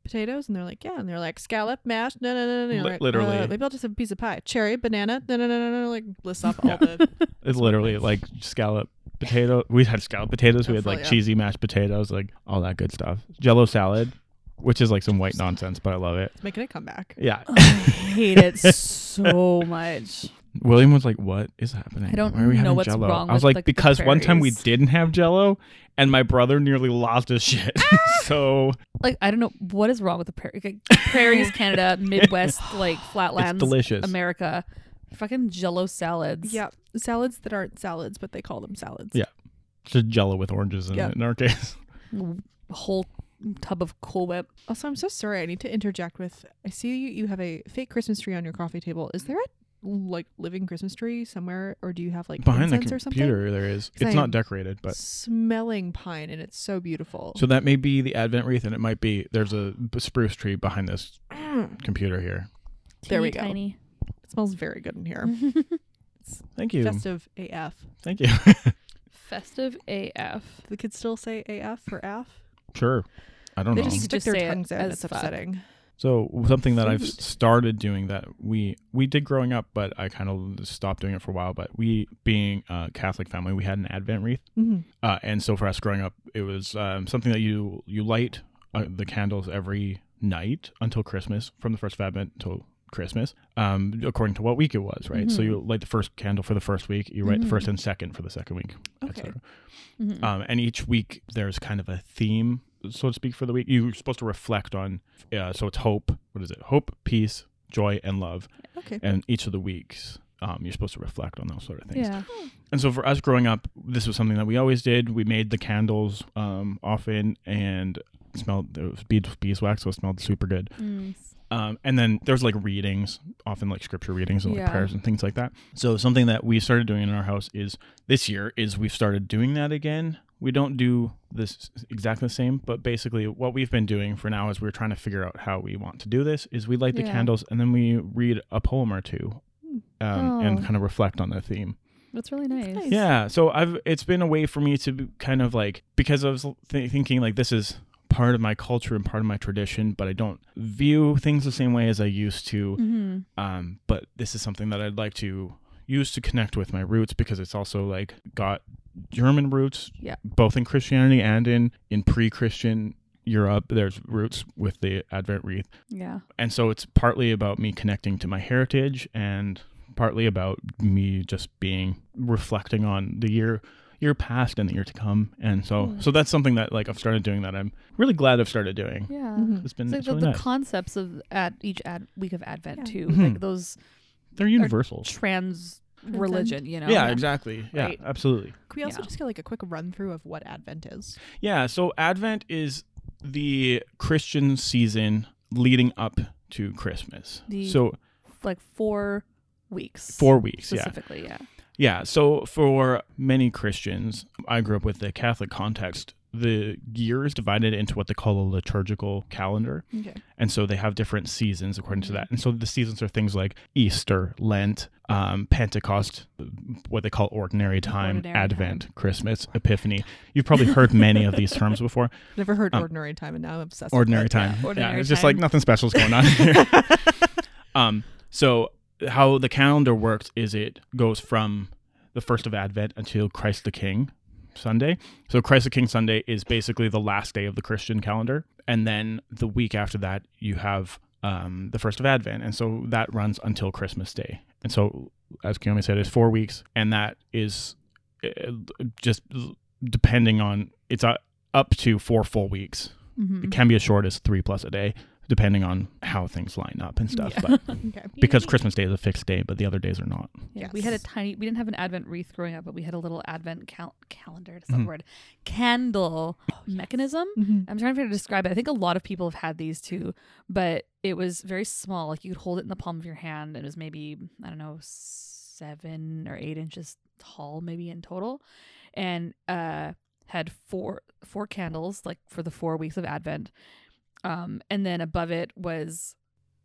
Speaker 3: potatoes? And they're like, yeah. And they're like, scallop, mash, no, no, no, no.
Speaker 2: Li-
Speaker 3: You're like,
Speaker 2: literally.
Speaker 3: "Uh, maybe I'll just have a piece of pie. Cherry, banana, no, no, no, no, no. Like, list off all
Speaker 2: Yeah.
Speaker 3: the.
Speaker 2: It's literally like scallop potato. We had scallop potatoes. We had like
Speaker 3: Hopefully, yeah.
Speaker 2: cheesy mashed potatoes, like all that good stuff. Jello salad, which is like some white nonsense, but I love it.
Speaker 3: It's making a comeback.
Speaker 2: Yeah.
Speaker 4: Oh, I hate it so much.
Speaker 2: William was like, "What is happening?
Speaker 4: I don't
Speaker 2: Why are we
Speaker 4: know
Speaker 2: having
Speaker 4: what's
Speaker 2: jello?"
Speaker 4: wrong
Speaker 2: I was
Speaker 4: with,
Speaker 2: like,
Speaker 4: like, the
Speaker 2: "Because one time we
Speaker 4: prairies."
Speaker 2: didn't have Jello, and my brother nearly lost his shit." so
Speaker 4: Like I don't know what is wrong with the prairie. like, prairies, Canada, Midwest, like
Speaker 2: it's
Speaker 4: flatlands,
Speaker 2: delicious.
Speaker 4: America. Fucking Jello salads.
Speaker 3: Yeah. Salads that aren't salads, but they call them salads.
Speaker 2: Yeah. Just Jello with oranges in
Speaker 3: Yeah.
Speaker 2: it. In our case,
Speaker 4: whole tub of Cool Whip.
Speaker 3: Also, I'm so sorry. I need to interject with I see you, you have a fake Christmas tree on your coffee table. Is there a like living Christmas tree somewhere, or do you have like
Speaker 2: behind the
Speaker 3: incense or something?
Speaker 2: computer, there is.
Speaker 3: 'Cause
Speaker 2: It's
Speaker 3: I
Speaker 2: not
Speaker 3: am-
Speaker 2: decorated, but
Speaker 3: Smelling pine, and it's so beautiful.
Speaker 2: so that may be the Advent wreath, and it might be there's a spruce tree behind this computer here.
Speaker 3: There we
Speaker 4: Teeny Tiny.
Speaker 3: It smells very good in here.
Speaker 2: Thank you.
Speaker 3: Festive AF.
Speaker 2: Thank you.
Speaker 4: Festive AF.
Speaker 3: Do the kids still say AF for AF?
Speaker 2: sure. I don't
Speaker 3: They
Speaker 2: know.
Speaker 3: just
Speaker 4: You
Speaker 3: stick
Speaker 4: just
Speaker 3: their
Speaker 4: say it
Speaker 3: tongues out.
Speaker 4: as
Speaker 3: It's
Speaker 4: fuck.
Speaker 3: upsetting.
Speaker 2: So something that I've
Speaker 4: Food.
Speaker 2: started doing that we we did growing up, but I kind of stopped doing it for a while. But we, being a Catholic family, we had an Advent wreath,
Speaker 3: Mhm.
Speaker 2: uh, and so for us growing up, it was um, something that you you light uh, the candles every night until Christmas, from the first of Advent until Christmas, um, according to what week it was, right? So
Speaker 3: Mm-hmm.
Speaker 4: Mhm.
Speaker 2: you light the first candle for the first week, you light the
Speaker 4: Mhm.
Speaker 2: first and second for the second week, et
Speaker 3: Okay.
Speaker 2: cetera.
Speaker 4: Mhm.
Speaker 2: Um, and each week there's kind of a theme, so to speak, for the week. You're supposed to reflect on. Uh, so it's hope. What is it? Hope, peace, joy, and love.
Speaker 3: Okay.
Speaker 2: And each of the weeks, um, you're supposed to reflect on those sort of things.
Speaker 4: yeah.
Speaker 2: And so for us growing up, this was something that we always did. We made the candles um, often and smelled it was bees- beeswax, so it smelled super good.
Speaker 4: Mm.
Speaker 2: Um, and then there's like readings, often like scripture readings and like
Speaker 4: Yeah.
Speaker 2: prayers and things like that. So something that we started doing in our house is this year is we've started doing that again. We don't do this exactly the same, but basically what we've been doing for now is we're trying to figure out how we want to do this. Is we light the
Speaker 4: Yeah.
Speaker 2: candles and then we read a poem or two, um,
Speaker 4: Oh.
Speaker 2: and kind of reflect on the theme.
Speaker 4: That's really nice.
Speaker 3: nice.
Speaker 2: Yeah. So I've it's been a way for me to be kind of like because I was th- thinking like this is part of my culture and part of my tradition, but I don't view things the same way as I used to.
Speaker 4: Mhm.
Speaker 2: Um, but this is something that I'd like to use to connect with my roots because it's also like got German roots,
Speaker 4: Yeah.
Speaker 2: both in Christianity and in in pre-Christian Europe. There's roots with the Advent wreath
Speaker 4: Yeah.
Speaker 2: and so it's partly about me connecting to my heritage and partly about me just being reflecting on the year year past and the year to come and so
Speaker 4: Mm.
Speaker 2: so that's something that like i've started doing that i'm really glad i've started doing
Speaker 4: Yeah.
Speaker 3: Mhm.
Speaker 2: it's been
Speaker 4: It's like
Speaker 2: it's
Speaker 4: Mm-hmm. the,
Speaker 2: really
Speaker 4: the
Speaker 2: nice
Speaker 4: concepts of at each ad, week of Advent
Speaker 3: Yeah.
Speaker 4: too,
Speaker 2: Mhm.
Speaker 4: like those
Speaker 2: they're universal
Speaker 4: trans religion, you know?
Speaker 2: yeah exactly yeah
Speaker 4: Right.
Speaker 2: absolutely
Speaker 3: Could we also
Speaker 4: Yeah.
Speaker 3: just get like a quick run through of what Advent is?
Speaker 2: yeah so advent is the christian season leading up to christmas
Speaker 4: The-
Speaker 2: so
Speaker 4: Like four weeks.
Speaker 2: four weeks yeah
Speaker 4: specifically. Yeah.
Speaker 2: Yeah, so for many Christians, I grew up with the Catholic context. The year is divided into what they call a liturgical calendar.
Speaker 3: Okay.
Speaker 2: And so they have different seasons according to that. And so the seasons are things like Easter, Lent, um, Pentecost, what they call ordinary time,
Speaker 4: Ordinary
Speaker 2: Advent, Christmas, Epiphany. You've probably heard many of these terms before.
Speaker 3: Never heard
Speaker 2: Um,
Speaker 3: ordinary time, and now I'm obsessed.
Speaker 2: Ordinary
Speaker 3: with it.
Speaker 2: time.
Speaker 4: yeah,
Speaker 2: Yeah,
Speaker 4: ordinary
Speaker 2: it's just like
Speaker 4: time.
Speaker 2: nothing special's going on here. um, so how the calendar works is it goes from the first of Advent until Christ the King Sunday. So Christ the King Sunday is basically the last day of the Christian calendar, and then the week after that you have um, the first of Advent, and so that runs until Christmas Day. And so, as Kiyomi said, it's four weeks, and that is uh, just depending on it's uh, up to four full weeks
Speaker 4: Mhm.
Speaker 2: it can be as short as three plus a day depending on how things line up and stuff.
Speaker 4: Yeah.
Speaker 2: But
Speaker 3: Okay.
Speaker 2: because Christmas Day is a fixed day, but the other days are not.
Speaker 4: Yeah, we had a
Speaker 3: Yes.
Speaker 4: tiny. We didn't have an Advent wreath growing up, but we had a little Advent cal- calendar. That's not
Speaker 2: Mhm.
Speaker 4: the word. Candle
Speaker 2: Oh,
Speaker 4: mechanism.
Speaker 3: Mhm.
Speaker 4: I'm trying to figure out how to describe it. I think a lot of people have had these too, but it was very small. Like you could hold it in the palm of your hand, and it was maybe I don't know seven or eight inches tall, maybe in total, and uh, had four four candles like for the four weeks of Advent, um, and then above it was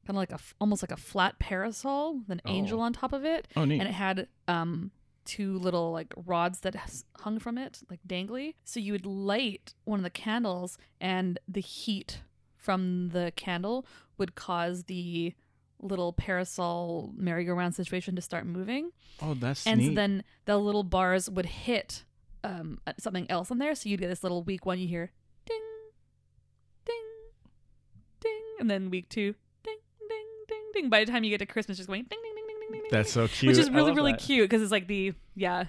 Speaker 4: kind of like a f- almost like a flat parasol with an
Speaker 2: Oh.
Speaker 4: angel on top of it,
Speaker 2: Oh, neat.
Speaker 4: and it had um two little like rods that s- hung from it like dangly so you would light one of the candles and the heat from the candle would cause the little parasol merry-go-round situation to start moving
Speaker 2: oh, that's
Speaker 4: and
Speaker 2: neat.
Speaker 4: so then the little bars would hit um uh, something else in there so you'd get this little week one you hear ding ding ding and then week two ding ding ding ding by the time you get to christmas just going ding ding ding ding ding ding ding
Speaker 2: that's so cute.
Speaker 4: which is
Speaker 2: I
Speaker 4: really
Speaker 2: love
Speaker 4: really
Speaker 2: that.
Speaker 4: cute because it's like the yeah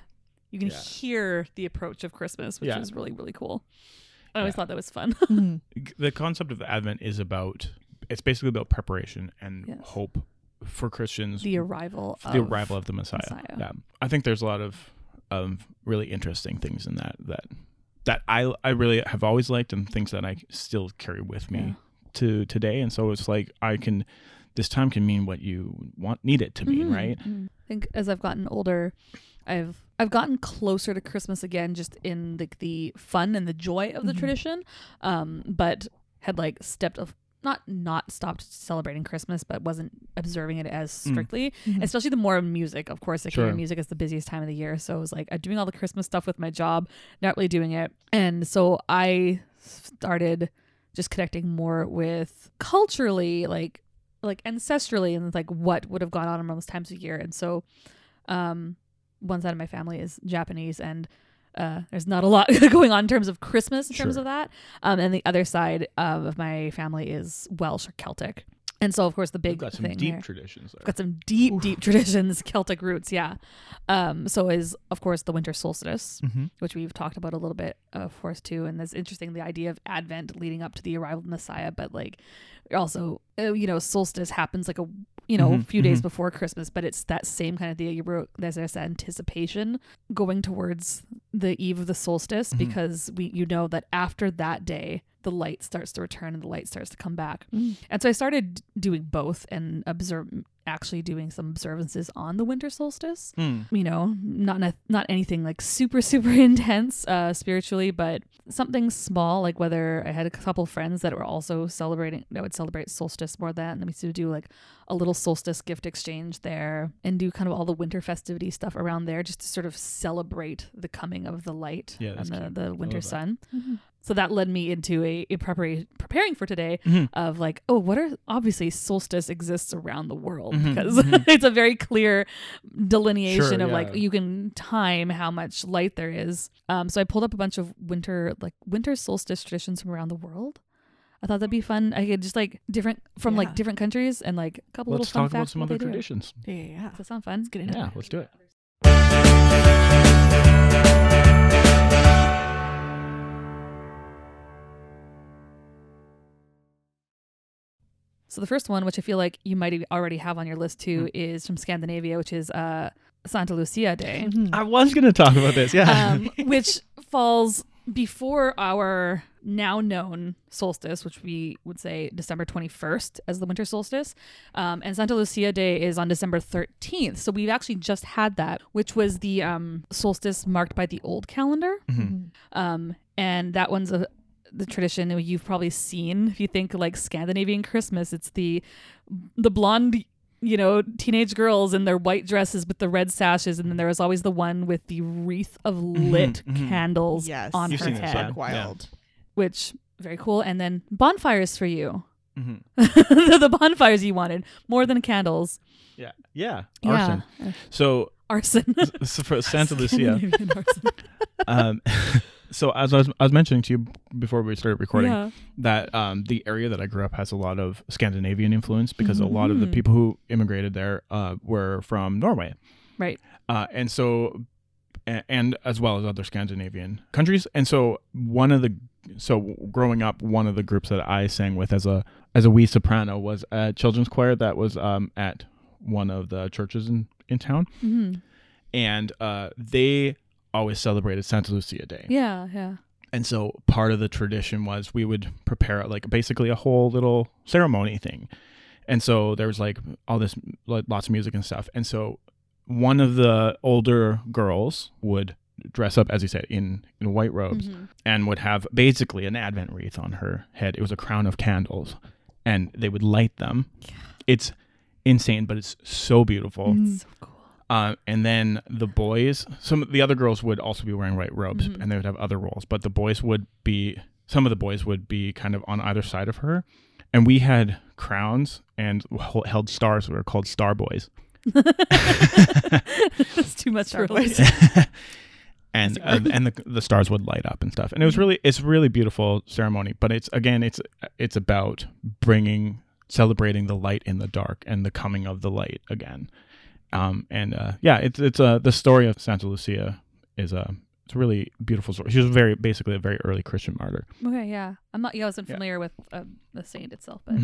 Speaker 4: you can
Speaker 2: Yeah.
Speaker 4: hear the approach of christmas which
Speaker 2: Yeah.
Speaker 4: is really really cool i always
Speaker 2: Yeah.
Speaker 4: thought that was fun
Speaker 3: Mhm.
Speaker 2: The concept of Advent is about it's basically about preparation and
Speaker 4: Yes.
Speaker 2: hope for Christians
Speaker 4: the arrival
Speaker 2: for the arrival of the Messiah.
Speaker 4: Messiah.
Speaker 2: Yeah, I think there's a lot of um, really interesting things in that that that I I really have always liked and things that I still carry with me
Speaker 4: Yeah.
Speaker 2: to today. And so it's like I can this time can mean what you want need it to mean,
Speaker 4: Mhm.
Speaker 2: right?
Speaker 4: Mhm. I think as I've gotten older, I've I've gotten closer to Christmas again, just in like the, fun and the joy of the
Speaker 3: Mhm.
Speaker 4: tradition. Um, but had like stepped of not not stopped celebrating Christmas, but wasn't observing it as
Speaker 2: Mm.
Speaker 4: strictly.
Speaker 3: Mhm.
Speaker 4: Especially the more music, of course, like
Speaker 2: Sure.
Speaker 4: music is the busiest time of the year. So it was like I'm doing all the Christmas stuff with my job, not really doing it, and so I started just connecting more with culturally like like ancestrally and like what would have gone on around those times of year and so um one side of my family is japanese and uh, there's not a lot going on in terms of christmas in terms
Speaker 2: Sure.
Speaker 4: of that um, and the other side um, of my family is welsh or celtic and so of course the big
Speaker 2: We've got some
Speaker 4: thing
Speaker 2: deep
Speaker 4: there-
Speaker 2: traditions there.
Speaker 4: got some deep deep traditions celtic roots yeah um, so is of course the winter solstice
Speaker 2: Mhm.
Speaker 4: which we've talked about a little bit, of course, too. And that's interesting the idea of Advent leading up to the arrival of the Messiah, but like also, uh, you know, solstice happens like a you know, a
Speaker 2: Mhm,
Speaker 4: few days
Speaker 2: mhm.
Speaker 4: before Christmas, but it's that same kind of thing. You wrote there's this anticipation going towards the eve of the solstice
Speaker 2: Mhm.
Speaker 4: because we you know that after that day the light starts to return and the light starts to come back.
Speaker 3: Mm-hmm.
Speaker 4: And so I started doing both and observe actually doing some observances on the winter solstice
Speaker 2: Hmm.
Speaker 4: you know not not- not anything like super super intense uh spiritually but something small like whether i had a couple friends that were also celebrating that would celebrate solstice more than and then we used to do like a little solstice gift exchange there and do kind of all the winter festivity stuff around there just to sort of celebrate the coming of the light
Speaker 2: Yeah, that's
Speaker 4: and
Speaker 2: cute.
Speaker 4: the, the winter
Speaker 2: love that.
Speaker 4: sun so that led me into a, a preparation preparing for today
Speaker 2: Mhm.
Speaker 4: of like oh what are obviously solstice exists around the world
Speaker 2: Mhm,
Speaker 4: because
Speaker 2: mhm.
Speaker 4: it's a very clear delineation
Speaker 2: Sure,
Speaker 4: of like
Speaker 2: yeah.
Speaker 4: you can time how much light there is um so i pulled up a bunch of winter like winter solstice traditions from around the world I thought that'd be fun. I could just like different from
Speaker 3: Yeah.
Speaker 4: like different countries and like a couple
Speaker 2: Let's
Speaker 4: little fun
Speaker 2: talk about
Speaker 4: facts
Speaker 2: some
Speaker 4: what
Speaker 2: other
Speaker 4: they do.
Speaker 2: traditions.
Speaker 3: Yeah, yeah, yeah.
Speaker 4: Does that sound fun? Let's get
Speaker 2: Yeah, let's do it.
Speaker 4: So the first one, which I feel like you might already have on your list too,
Speaker 2: Hmm.
Speaker 4: is from Scandinavia, which is uh, Santa Lucia Day,
Speaker 3: Mhm.
Speaker 2: I was going to talk about this. Yeah.
Speaker 4: um, which falls before our now known solstice, which we would say December 21st as the winter solstice. Um, and Santa Lucia Day is on December 13th. So we've actually just had that, which was the um, solstice marked by the old calendar.
Speaker 3: Mhm.
Speaker 4: Um, and that one's a, the tradition that you've probably seen. If you think like Scandinavian Christmas, it's the the blonde, you know, teenage girls in their white dresses with the red sashes, and then there was always the one with the wreath of lit
Speaker 2: mhm.
Speaker 4: candles
Speaker 3: Yes.
Speaker 4: on
Speaker 2: You've
Speaker 4: her
Speaker 2: seen this,
Speaker 4: head,
Speaker 2: yeah.
Speaker 3: Like wild.
Speaker 4: which very cool. And then bonfires for you,
Speaker 2: Mhm.
Speaker 4: the, the bonfires you wanted more than candles.
Speaker 2: Yeah. Yeah. Arson.
Speaker 4: Yeah,
Speaker 2: So,
Speaker 4: arson.
Speaker 2: so for Santa Lucia,
Speaker 4: Scandinavian arson.
Speaker 2: um, so as I was, I was mentioning to you before we started recording,
Speaker 4: Yeah.
Speaker 2: that um, the area that I grew up has a lot of Scandinavian influence because a lot of the people who immigrated there uh, were from Norway.
Speaker 4: Right.
Speaker 2: Uh, and so a- and as well as other Scandinavian countries. And so one of the so growing up, one of the groups that I sang with as a as a wee soprano was a children's choir that was um, at one of the churches in in town,
Speaker 4: Mhm.
Speaker 2: and uh, they always celebrated Santa Lucia Day.
Speaker 4: Yeah, yeah.
Speaker 2: And so part of the tradition was we would prepare like basically a whole little ceremony thing. And so there was like all this like lots of music and stuff. And so one of the older girls would dress up as you said in in white robes
Speaker 4: Mhm.
Speaker 2: and would have basically an advent wreath on her head. It was a crown of candles and they would light them. It's insane, but it's so beautiful.
Speaker 3: Mm.
Speaker 4: So cool.
Speaker 2: Uh, and then the boys, some of the other girls would also be wearing white robes
Speaker 4: Mhm.
Speaker 2: and they would have other roles, but the boys would be, some of the boys would be kind of on either side of her. And we had crowns and hel- held stars. We were called Star Boys.
Speaker 4: Mm-hmm. That's too much
Speaker 3: Star
Speaker 4: for
Speaker 3: Wars.
Speaker 2: and uh, and the, the stars would light up and stuff. And it
Speaker 4: Mm-hmm.
Speaker 2: was really it's a really beautiful ceremony, but it's again it's it's about bringing celebrating the light in the dark and the coming of the light again. Um and uh yeah, it's it's uh the story of Santa Lucia is a it's a really beautiful story. She was very basically a very early Christian martyr.
Speaker 4: Okay, yeah. I'm not. Yeah, I wasn't
Speaker 2: Yeah. Mm-hmm.
Speaker 4: familiar with um, the saint itself, but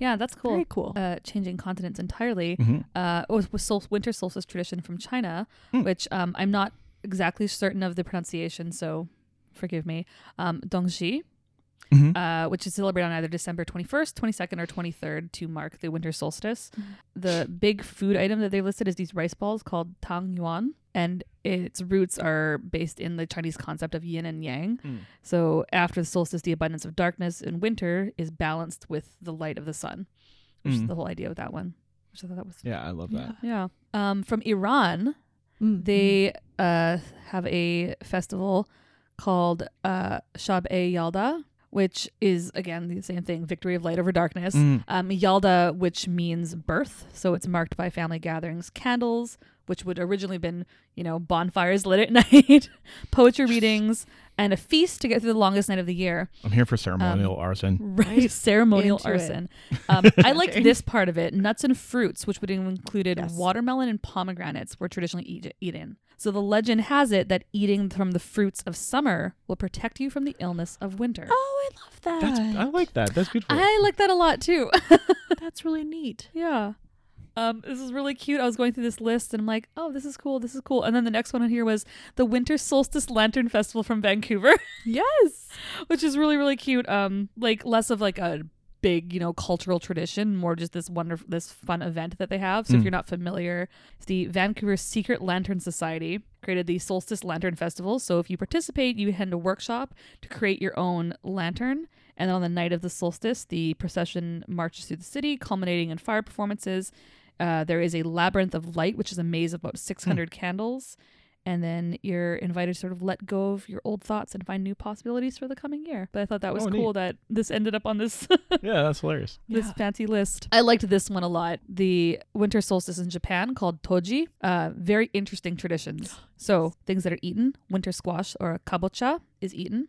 Speaker 4: yeah, that's cool.
Speaker 3: Very cool.
Speaker 4: Uh, changing continents entirely.
Speaker 2: hmm
Speaker 4: Uh, was, was sol- winter solstice tradition from China,
Speaker 2: Hmm.
Speaker 4: which um, I'm not exactly certain of the pronunciation, so forgive me. Um, Dongxi,
Speaker 2: hmm
Speaker 4: uh, which is celebrated on either December 21st, 22nd, or 23rd to mark the winter solstice.
Speaker 2: Mm-hmm.
Speaker 4: The big food item that they listed is these rice balls called tang yuan, and its roots are based in the Chinese concept of yin and yang.
Speaker 2: Mm.
Speaker 4: So after the solstice, the abundance of darkness in winter is balanced with the light of the sun, which is
Speaker 2: Mm.
Speaker 4: the whole idea of that one. Which I thought that was
Speaker 2: Yeah, I love
Speaker 3: Yeah.
Speaker 2: that.
Speaker 4: yeah. Um, from Iran,
Speaker 3: Mm.
Speaker 4: they uh, have a festival called uh, Shab e Yalda, which is, again, the same thing victory of light over darkness.
Speaker 2: Mm.
Speaker 4: Um, Yalda, which means birth. So it's marked by family gatherings, candles, which would originally been, you know, bonfires lit at night, poetry readings, and a feast to get through the longest night of the year.
Speaker 2: I'm here for
Speaker 4: Um,
Speaker 2: ceremonial arson.
Speaker 4: Right. Ceremonial
Speaker 3: Into it.
Speaker 4: arson. Um, I liked this part of it. Nuts and fruits, which would have included
Speaker 3: Yes.
Speaker 4: watermelon and pomegranates, were traditionally eat- eaten. So the legend has it that eating from the fruits of summer will protect you from the illness of winter.
Speaker 3: Oh, I love that.
Speaker 2: That's I like that. That's beautiful.
Speaker 4: I like that a lot too.
Speaker 3: That's really neat.
Speaker 4: yeah. Um, this is really cute. I was going through this list and I'm like, oh, this is cool. This is cool. And then the next one on here was the Winter Solstice Lantern Festival from Vancouver.
Speaker 3: Yes.
Speaker 4: which is really really cute um like less of like a big you know cultural tradition more just this wonderful this fun event that they have so if
Speaker 2: Mm.
Speaker 4: you're not familiar it's the vancouver secret lantern society created the solstice lantern festival so if you participate you attend a workshop to create your own lantern and on the night of the solstice the procession marches through the city culminating in fire performances uh, there is a labyrinth of light which is a maze of about
Speaker 2: Hmm.
Speaker 4: 600 candles and then you're invited to sort of let go of your old thoughts and find new possibilities for the coming year. But I thought that was
Speaker 2: Oh, neat.
Speaker 4: cool that this ended up on this
Speaker 2: yeah, that's hilarious.
Speaker 4: this
Speaker 3: Yeah.
Speaker 4: fancy list. I liked this one a lot. The winter solstice in Japan called toji. Uh, very interesting traditions. So things that are eaten, winter squash or kabocha is eaten.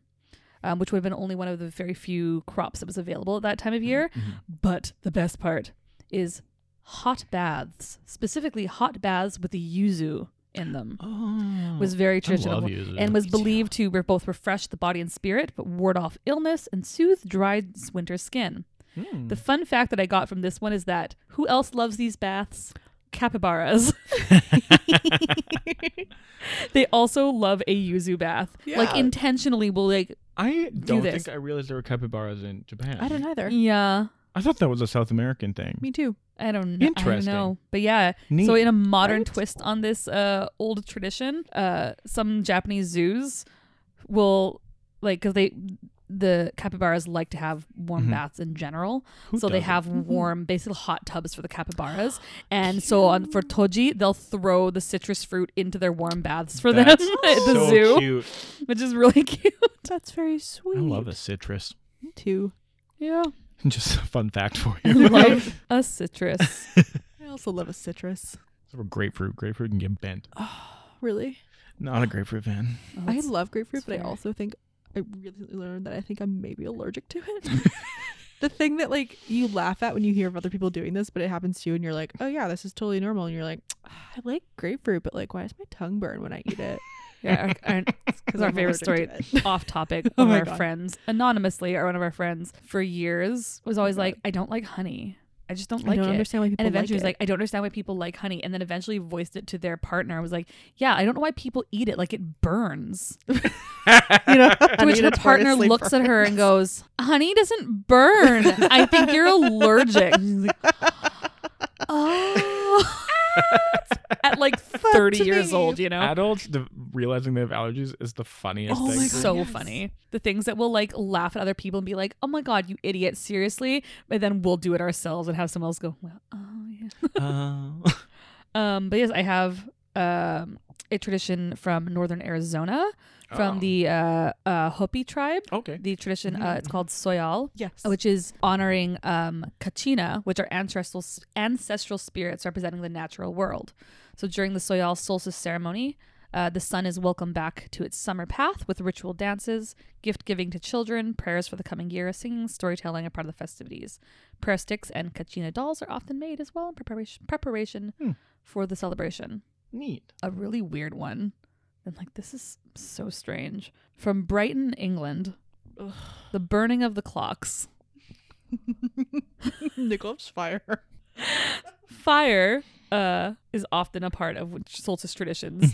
Speaker 4: Um, which would have been only one of the very few crops that was available at that time of year.
Speaker 2: Mhm.
Speaker 4: But the best part is hot baths, specifically hot baths with the yuzu in them
Speaker 2: Oh.
Speaker 4: was very traditional
Speaker 2: love yuzu.
Speaker 4: and was
Speaker 2: Me too.
Speaker 4: believed to re- both refresh the body and spirit, but ward off illness and soothe dried s- winter skin.
Speaker 2: Mm.
Speaker 4: The fun fact that I got from this one is that who else loves these baths? Capybaras. they also love a yuzu bath. Like
Speaker 2: Yeah.
Speaker 4: intentionally will like
Speaker 2: I don't
Speaker 4: this.
Speaker 2: think I realized there were capybaras in Japan.
Speaker 3: I don't either.
Speaker 4: yeah.
Speaker 2: I thought that was a South American thing.
Speaker 3: Me too.
Speaker 4: I don't know. I don't
Speaker 2: Interesting.
Speaker 4: know. But yeah.
Speaker 2: Neat.
Speaker 4: So in a modern
Speaker 3: Right?
Speaker 4: twist on this uh old tradition, uh some Japanese zoos will like cuz they the capybaras like to have warm
Speaker 2: Mhm.
Speaker 4: baths in general.
Speaker 2: Who
Speaker 4: so they
Speaker 2: doesn't?
Speaker 4: have warm, basically hot tubs for the capybaras, and so on for toji, they'll throw the citrus fruit into their warm baths for
Speaker 2: That's
Speaker 4: them at the
Speaker 2: so
Speaker 4: zoo,
Speaker 2: Cute.
Speaker 4: which is really cute.
Speaker 3: That's very
Speaker 2: I
Speaker 3: sweet.
Speaker 2: love a citrus.
Speaker 3: Me too.
Speaker 4: Yeah,
Speaker 2: Just a fun fact for
Speaker 4: I
Speaker 2: you.
Speaker 4: love a citrus.
Speaker 3: I also love a citrus.
Speaker 2: So grapefruit. Grapefruit can get bent.
Speaker 3: Really?
Speaker 2: Not a grapefruit fan.
Speaker 4: Oh,
Speaker 3: I
Speaker 4: it's-
Speaker 3: love grapefruit, but I
Speaker 4: fair.
Speaker 3: also think I recently learned that I think I'm maybe allergic to it. the thing that like you laugh at when you hear of other people doing this, but it happens to you, and you're like, oh yeah, this is totally normal, and you're like, "Ah, I like grapefruit, but like, why does my tongue burn when I eat it?
Speaker 4: Yeah, because our
Speaker 3: I'm
Speaker 4: favorite story
Speaker 3: allergic to it.
Speaker 4: off topic.
Speaker 3: Oh
Speaker 4: One
Speaker 3: my
Speaker 4: of our
Speaker 3: God.
Speaker 4: friends, anonymously, or one of our friends for years, was always like, "I don't like honey. I just don't like
Speaker 1: I don't
Speaker 4: it."
Speaker 1: understand why people
Speaker 4: and eventually was
Speaker 1: like,
Speaker 4: like, "I don't understand why people like honey." And then eventually voiced it to their partner. I was like, "Yeah, I don't know why people eat it. Like it burns."
Speaker 3: you know,
Speaker 4: To which her partner looks at her and goes, "Honey doesn't burn. I think you're allergic." And she's like, oh. at like 30 years
Speaker 3: me.
Speaker 4: old, you know.
Speaker 2: Adults de- realizing they have allergies is the funniest
Speaker 4: Oh
Speaker 2: thing.
Speaker 4: my
Speaker 2: to me.
Speaker 4: so
Speaker 3: Yes.
Speaker 4: funny. The things that will like laugh at other people and be like, "Oh my god, you idiot! Seriously!" But then we'll do it ourselves and have someone else go, "Well, oh yeah."
Speaker 2: Uh,
Speaker 4: Um, but yes, I have um a tradition from northern Arizona from
Speaker 2: Oh.
Speaker 4: the uh, uh Hopi tribe.
Speaker 2: okay.
Speaker 4: The tradition uh,
Speaker 3: Mm.
Speaker 4: it's called Soyal.
Speaker 3: Yes.
Speaker 4: Which is honoring um, Kachina, which are ancestral ancestral spirits representing the natural world. So during the Soyal solstice ceremony, uh, the sun is welcomed back to its summer path with ritual dances, gift giving to children, prayers for the coming year, singing, storytelling are part of the festivities. Prayer sticks and Kachina dolls are often made as well in preparation preparation
Speaker 2: Hmm.
Speaker 4: for the celebration
Speaker 2: Neat.
Speaker 4: a really weird one. And like, this is so strange. From Brighton, England, the burning of the clocks.
Speaker 3: Nicholas Fire.
Speaker 4: Fire uh, is often a part of which solstice traditions.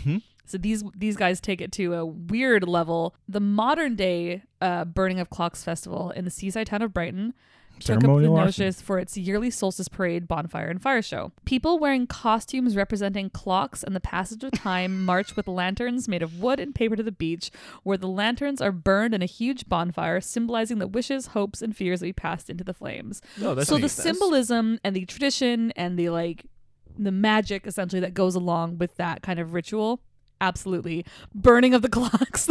Speaker 2: Mm. Mm-hmm.
Speaker 4: So these these guys take it to a weird level. The modern day uh, burning of clocks festival in the seaside town of Brighton took up the
Speaker 2: Ceremonial arson.
Speaker 4: notice for its yearly solstice parade, bonfire, and fire show. People wearing costumes representing clocks and the passage of time march with lanterns made of wood and paper to the beach, where the lanterns are burned in a huge bonfire, symbolizing the wishes, hopes, and fears that we passed into the flames.
Speaker 2: No, Oh, that's
Speaker 4: so the
Speaker 2: neat.
Speaker 4: symbolism and the tradition and the like, the magic essentially that goes along with that kind of ritual, absolutely burning of the clocks.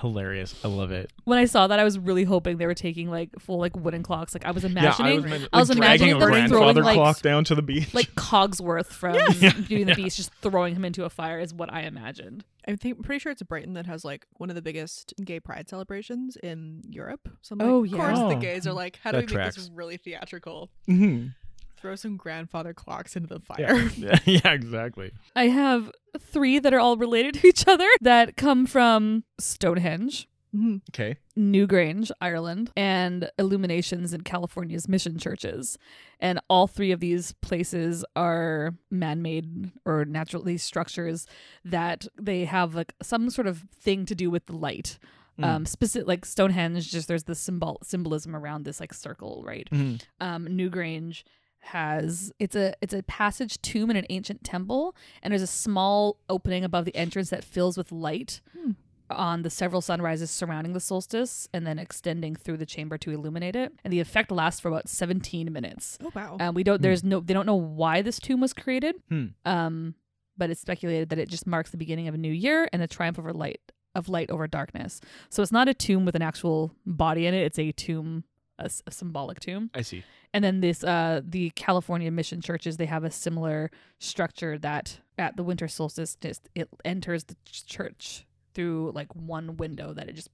Speaker 2: hilarious. I love it.
Speaker 4: when I saw that, I was really hoping they were taking like full like wooden clocks. Like I was imagining,
Speaker 2: imagin-
Speaker 4: I was
Speaker 2: like,
Speaker 4: imagining
Speaker 2: dragging a
Speaker 4: burning, throwing,
Speaker 2: grandfather
Speaker 4: like-
Speaker 2: clock down to the beach.
Speaker 4: like Cogsworth from Beauty and the Beast, just throwing him into a fire is what I imagined.
Speaker 3: I think I'm pretty sure it's Brighton that has like one of the biggest gay pride celebrations in Europe. So I'm like,
Speaker 4: Oh,
Speaker 3: of
Speaker 4: yeah.
Speaker 3: course the
Speaker 2: Oh.
Speaker 3: gays are like, how do
Speaker 2: That
Speaker 3: we make
Speaker 2: tracks.
Speaker 3: this really theatrical?
Speaker 2: Mhm.
Speaker 3: Throw some grandfather clocks into the fire.
Speaker 2: yeah. yeah, yeah, exactly.
Speaker 4: I have three that are all related to each other that come from Stonehenge,
Speaker 3: Mhm.
Speaker 2: Okay.
Speaker 4: Newgrange, Ireland, and Illuminations in California's mission churches. And all three of these places are man made or naturally structures that they have like some sort of thing to do with the light.
Speaker 2: Mm.
Speaker 4: Um, specific like Stonehenge, just there's this symbol symbolism around this like circle, right?
Speaker 2: Mhm.
Speaker 4: um, Newgrange has it's a it's a passage tomb in an ancient temple, and there's a small opening above the entrance that fills with light
Speaker 3: Hmm.
Speaker 4: on the several sunrises surrounding the solstice, and then extending through the chamber to illuminate it. And the effect lasts for about 17 minutes.
Speaker 3: Oh wow.
Speaker 4: Um, we don't there's no they don't know why this tomb was created,
Speaker 2: Hmm.
Speaker 4: um, but it's speculated that it just marks the beginning of a new year and the triumph over light of light over darkness. So it's not a tomb with an actual body in it; it's a tomb, a s a a symbolic tomb
Speaker 2: I see.
Speaker 4: and then this uh the california mission churches they have a similar structure that at the winter solstice just it enters the ch- church through like one window that it just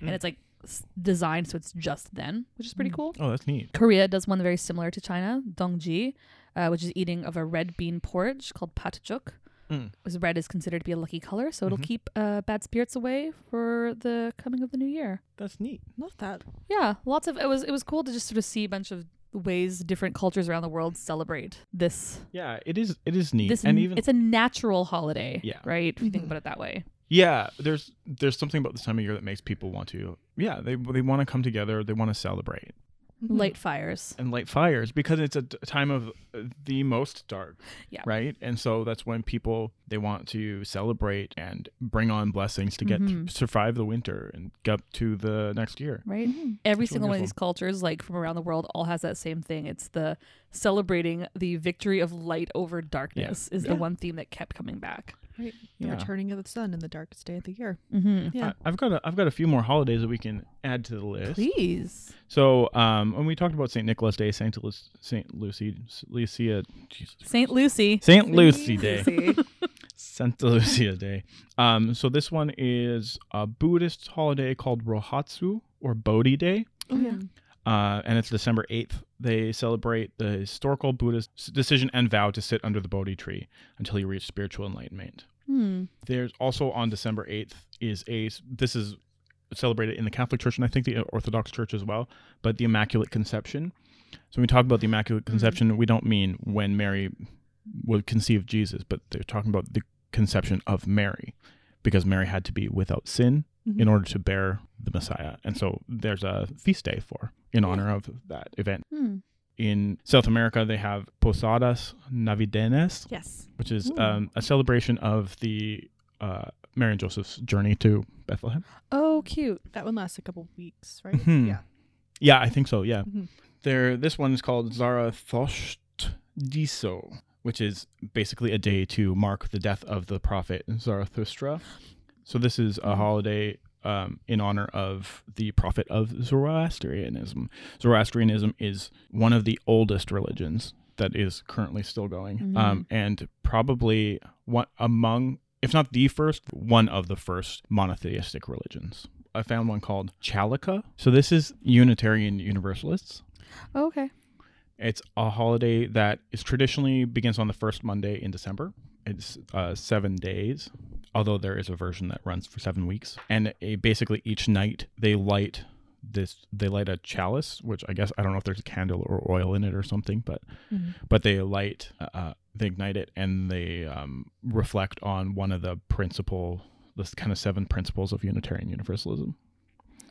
Speaker 4: and
Speaker 2: Mm.
Speaker 4: it's like s- designed so it's just then which is pretty
Speaker 3: Mm.
Speaker 4: cool
Speaker 2: Oh, that's neat.
Speaker 4: korea does one very similar to china dongji uh, which is eating of a red bean porridge called patjuk
Speaker 2: Mm.
Speaker 4: Because red is considered to be a lucky color so it'll
Speaker 2: Mhm.
Speaker 4: keep uh, bad spirits away for the coming of the new year
Speaker 2: That's neat.
Speaker 3: Love that.
Speaker 4: yeah lots of it was it was cool to just sort of see a bunch of ways different cultures around the world celebrate this
Speaker 2: Yeah, it is. It is neat.
Speaker 4: this
Speaker 2: and even
Speaker 4: it's a natural holiday
Speaker 2: Yeah.
Speaker 4: right if you think
Speaker 3: Mhm.
Speaker 4: about it that way
Speaker 2: yeah, there's there's something about this time of year that makes people want to. Yeah, they they want to come together. They want to celebrate.
Speaker 3: Mhm.
Speaker 4: light fires
Speaker 2: and light fires because it's a d- time of uh, the most dark
Speaker 4: Yeah.
Speaker 2: right and so that's when people they want to celebrate and bring on blessings to get thr-
Speaker 4: Mhm.
Speaker 2: survive the winter and get up to the next year
Speaker 4: right
Speaker 3: Mm-hmm.
Speaker 4: every
Speaker 2: It's
Speaker 4: single one of these
Speaker 2: wonderful.
Speaker 4: cultures like from around the world all has that same thing it's the celebrating the victory of light over darkness is the
Speaker 3: Yeah.
Speaker 4: one theme that kept coming back
Speaker 3: Right. The
Speaker 2: Yeah.
Speaker 3: returning of the sun in the darkest day of the year.
Speaker 4: mm-hmm.
Speaker 3: Yeah.
Speaker 2: I, have got a, I've got a few more holidays that we can add to the list
Speaker 4: please
Speaker 2: so um when we talked about St Nicholas Day St Lu- St Lucy Lucia Jesus
Speaker 4: saint lucy
Speaker 2: St Lucy Day
Speaker 4: Lucy.
Speaker 2: Santa Lucia Day. Um, so this one is a Buddhist holiday called Rohatsu or Bodhi Day.
Speaker 3: Oh yeah.
Speaker 2: uh, and it's December 8th. They celebrate the historical Buddhist s- decision and vow to sit under the Bodhi tree until you reach spiritual enlightenment.
Speaker 4: Hmm.
Speaker 2: There's also on December 8th is a this is celebrated in the Catholic Church and I think the Orthodox Church as well, but the Immaculate Conception. So when we talk about the Immaculate Conception, we don't mean when Mary would conceive Jesus, but they're talking about the conception of Mary because Mary had to be without sin in
Speaker 3: Mhm.
Speaker 2: order to bear the Messiah. And so there's a feast day for in honor of that event.
Speaker 4: Hmm.
Speaker 2: In South America, they have Posadas Navideñas,
Speaker 4: Yes.
Speaker 2: which is
Speaker 4: Ooh.
Speaker 2: um, a celebration of the uh, Mary and Joseph's journey to Bethlehem.
Speaker 4: Oh, cute.
Speaker 3: That one lasts a couple weeks, right?
Speaker 2: Mhm.
Speaker 3: Yeah.
Speaker 2: Yeah, I think so. Yeah,
Speaker 4: Mm-hmm.
Speaker 3: Mhm.
Speaker 2: there. This one is called Zarathostradiso, which is basically a day to mark the death of the prophet Zarathustra. So this is a holiday um, in honor of the prophet of Zoroastrianism. Zoroastrianism is one of the oldest religions that is currently still going,
Speaker 4: Mhm.
Speaker 2: um, and probably one among, if not the first, one of the first monotheistic religions. I found one called Chalaka. So this is Unitarian Universalists.
Speaker 4: okay.
Speaker 2: It's a holiday that is traditionally begins on the first Monday in December. It's uh, seven days, although there is a version that runs for seven weeks. And eh, basically, each night they light this. They light a chalice, which I guess I don't know if there's a candle or oil in it or something, but
Speaker 3: Mhm.
Speaker 2: but they light, uh, uh, they ignite it, and they um, reflect on one of the principal, the kind of seven principles of Unitarian Universalism.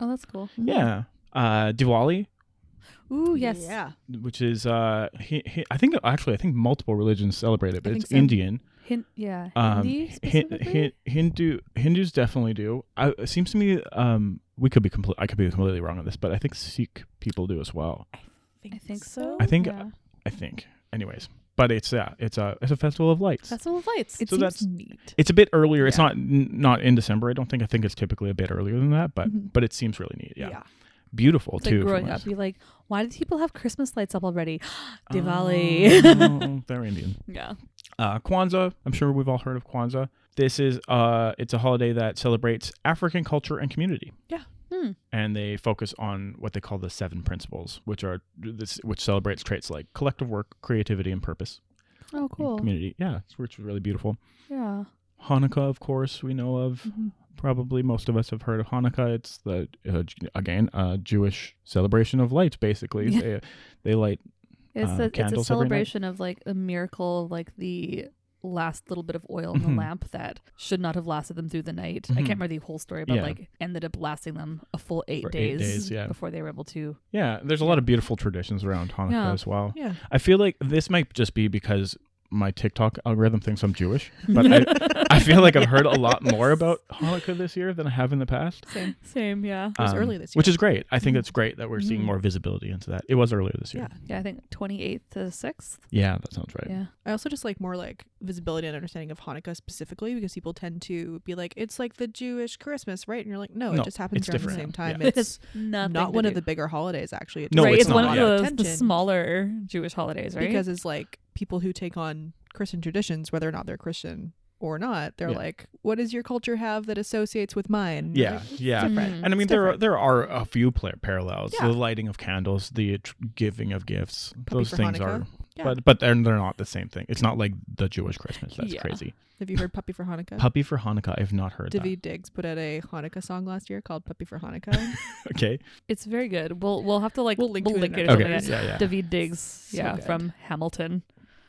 Speaker 4: Oh, that's cool.
Speaker 2: Yeah. Uh, Diwali,
Speaker 4: Ooh, yes.
Speaker 3: Yeah.
Speaker 2: which is uh, he, he, I think actually I think multiple religions celebrate it, but
Speaker 3: think
Speaker 2: it's
Speaker 3: so.
Speaker 2: Indian.
Speaker 4: Hin- yeah.
Speaker 2: Um,
Speaker 4: Hindi
Speaker 2: Hin-
Speaker 4: specifically?
Speaker 2: Hin- Hindu Hindus definitely do. I, it seems to me um, we could be complete. I could be completely wrong on this, but I think Sikh people do as well.
Speaker 4: I think so.
Speaker 2: I think-
Speaker 4: Yeah.
Speaker 2: I think, anyways. But it's yeah, it's a it's a festival of lights.
Speaker 4: Festival of Lights.
Speaker 3: It
Speaker 2: So
Speaker 3: seems
Speaker 2: that's-
Speaker 3: neat.
Speaker 2: it's a bit earlier. It's not n- not in December. I don't think. I think it's typically a bit earlier than that. But
Speaker 3: Mhm.
Speaker 2: but it seems really neat. Yeah, beautiful
Speaker 4: Mm-hmm. It's
Speaker 2: too.
Speaker 4: like
Speaker 2: from
Speaker 4: growing
Speaker 2: what I
Speaker 4: up,
Speaker 2: saw.
Speaker 4: you're like, why do people have Christmas lights up already? Diwali.
Speaker 2: Oh, they're Indian.
Speaker 4: yeah.
Speaker 2: uh, Kwanzaa. I'm sure we've all heard of Kwanzaa. This is uh, it's a holiday that celebrates African culture and community.
Speaker 3: Yeah.
Speaker 4: Hmm.
Speaker 2: And they focus on what they call the seven principles, which are this, which celebrates traits like collective work, creativity, and purpose.
Speaker 4: Oh,
Speaker 2: in
Speaker 4: cool.
Speaker 2: Community. Yeah, it's- which is really beautiful.
Speaker 4: Yeah.
Speaker 2: Hanukkah, of course, we know of.
Speaker 4: Mm-hmm.
Speaker 3: Mhm.
Speaker 2: Probably most of us have heard of Hanukkah. It's the uh, j- again a Jewish celebration of lights. Basically,
Speaker 4: Yeah.
Speaker 2: they uh, they light
Speaker 4: It's,
Speaker 2: Uh,
Speaker 4: a, it's a
Speaker 2: candles every night.
Speaker 4: celebration of like a miracle, of, like the last little bit of oil in the
Speaker 2: Mhm.
Speaker 4: lamp that should not have lasted them through the night. I
Speaker 2: Mhm.
Speaker 4: can't remember the whole story, but
Speaker 2: Yeah.
Speaker 4: like ended up lasting them a full eight,
Speaker 2: For eight
Speaker 4: days,
Speaker 2: days, yeah.
Speaker 4: before they were able to.
Speaker 2: yeah. There's a lot of beautiful traditions around Hanukkah
Speaker 4: Yeah.
Speaker 2: as well.
Speaker 3: Yeah.
Speaker 2: I feel like this might just be because my TikTok algorithm thinks I'm Jewish, but I, I feel like I've heard a lot more about Hanukkah this year than I have in the past. Um,
Speaker 3: Same.
Speaker 4: Same, yeah.
Speaker 3: was early this
Speaker 2: which
Speaker 3: year. Mm-hmm.
Speaker 2: is great. I think it's great that we're seeing
Speaker 4: Mhm.
Speaker 2: more visibility into that. It was earlier this year.
Speaker 3: Yeah.
Speaker 4: Yeah, I think 28th to 6th.
Speaker 2: Yeah, that sounds right.
Speaker 4: Yeah.
Speaker 3: I also just like more like visibility and understanding of Hanukkah specifically because people tend to be like, it's like the Jewish Christmas, right? And you're like, no,
Speaker 2: No,
Speaker 3: it just happens
Speaker 2: it's
Speaker 3: around
Speaker 2: different.
Speaker 3: the same time.
Speaker 2: Yeah.
Speaker 3: It's
Speaker 4: Nothing
Speaker 3: not
Speaker 4: to
Speaker 3: one of
Speaker 4: do.
Speaker 3: the bigger holidays, actually.
Speaker 2: No,
Speaker 4: right,
Speaker 2: it's
Speaker 4: it's, one
Speaker 2: not.
Speaker 4: of
Speaker 2: Yeah.
Speaker 4: those the
Speaker 3: Attention.
Speaker 4: smaller Jewish holidays, right?
Speaker 3: because it's like people who take on Christian traditions, whether or not they're Christian or not, they're
Speaker 2: Yeah.
Speaker 3: like, what does your culture have that associates with mine?
Speaker 2: Yeah,
Speaker 3: Like,
Speaker 2: yeah.
Speaker 3: different.
Speaker 4: Mm.
Speaker 2: And I mean,
Speaker 3: It's
Speaker 2: there are,
Speaker 3: different.
Speaker 2: there are a few pla- parallels:
Speaker 3: Yeah.
Speaker 2: the lighting of candles, the tr- giving of gifts.
Speaker 3: Puppy
Speaker 2: Those
Speaker 3: for
Speaker 2: things
Speaker 3: Hanukkah.
Speaker 2: are,
Speaker 3: Yeah.
Speaker 2: but but they're they're not the same thing. It's not like the Jewish Christmas. That's
Speaker 4: Yeah.
Speaker 2: crazy.
Speaker 3: Have you heard Puppy for Hanukkah?
Speaker 2: Puppy for Hanukkah. I've not heard
Speaker 3: David Diggs put out a Hanukkah song last year called Puppy for Hanukkah.
Speaker 2: that. Okay.
Speaker 4: It's very good. We'll we'll have to like
Speaker 3: We'll link to it in
Speaker 4: it.
Speaker 3: our
Speaker 4: or
Speaker 2: Okay.
Speaker 4: something like that.
Speaker 2: Yeah. Yeah.
Speaker 4: David Diggs, yeah,
Speaker 3: good.
Speaker 4: from Hamilton.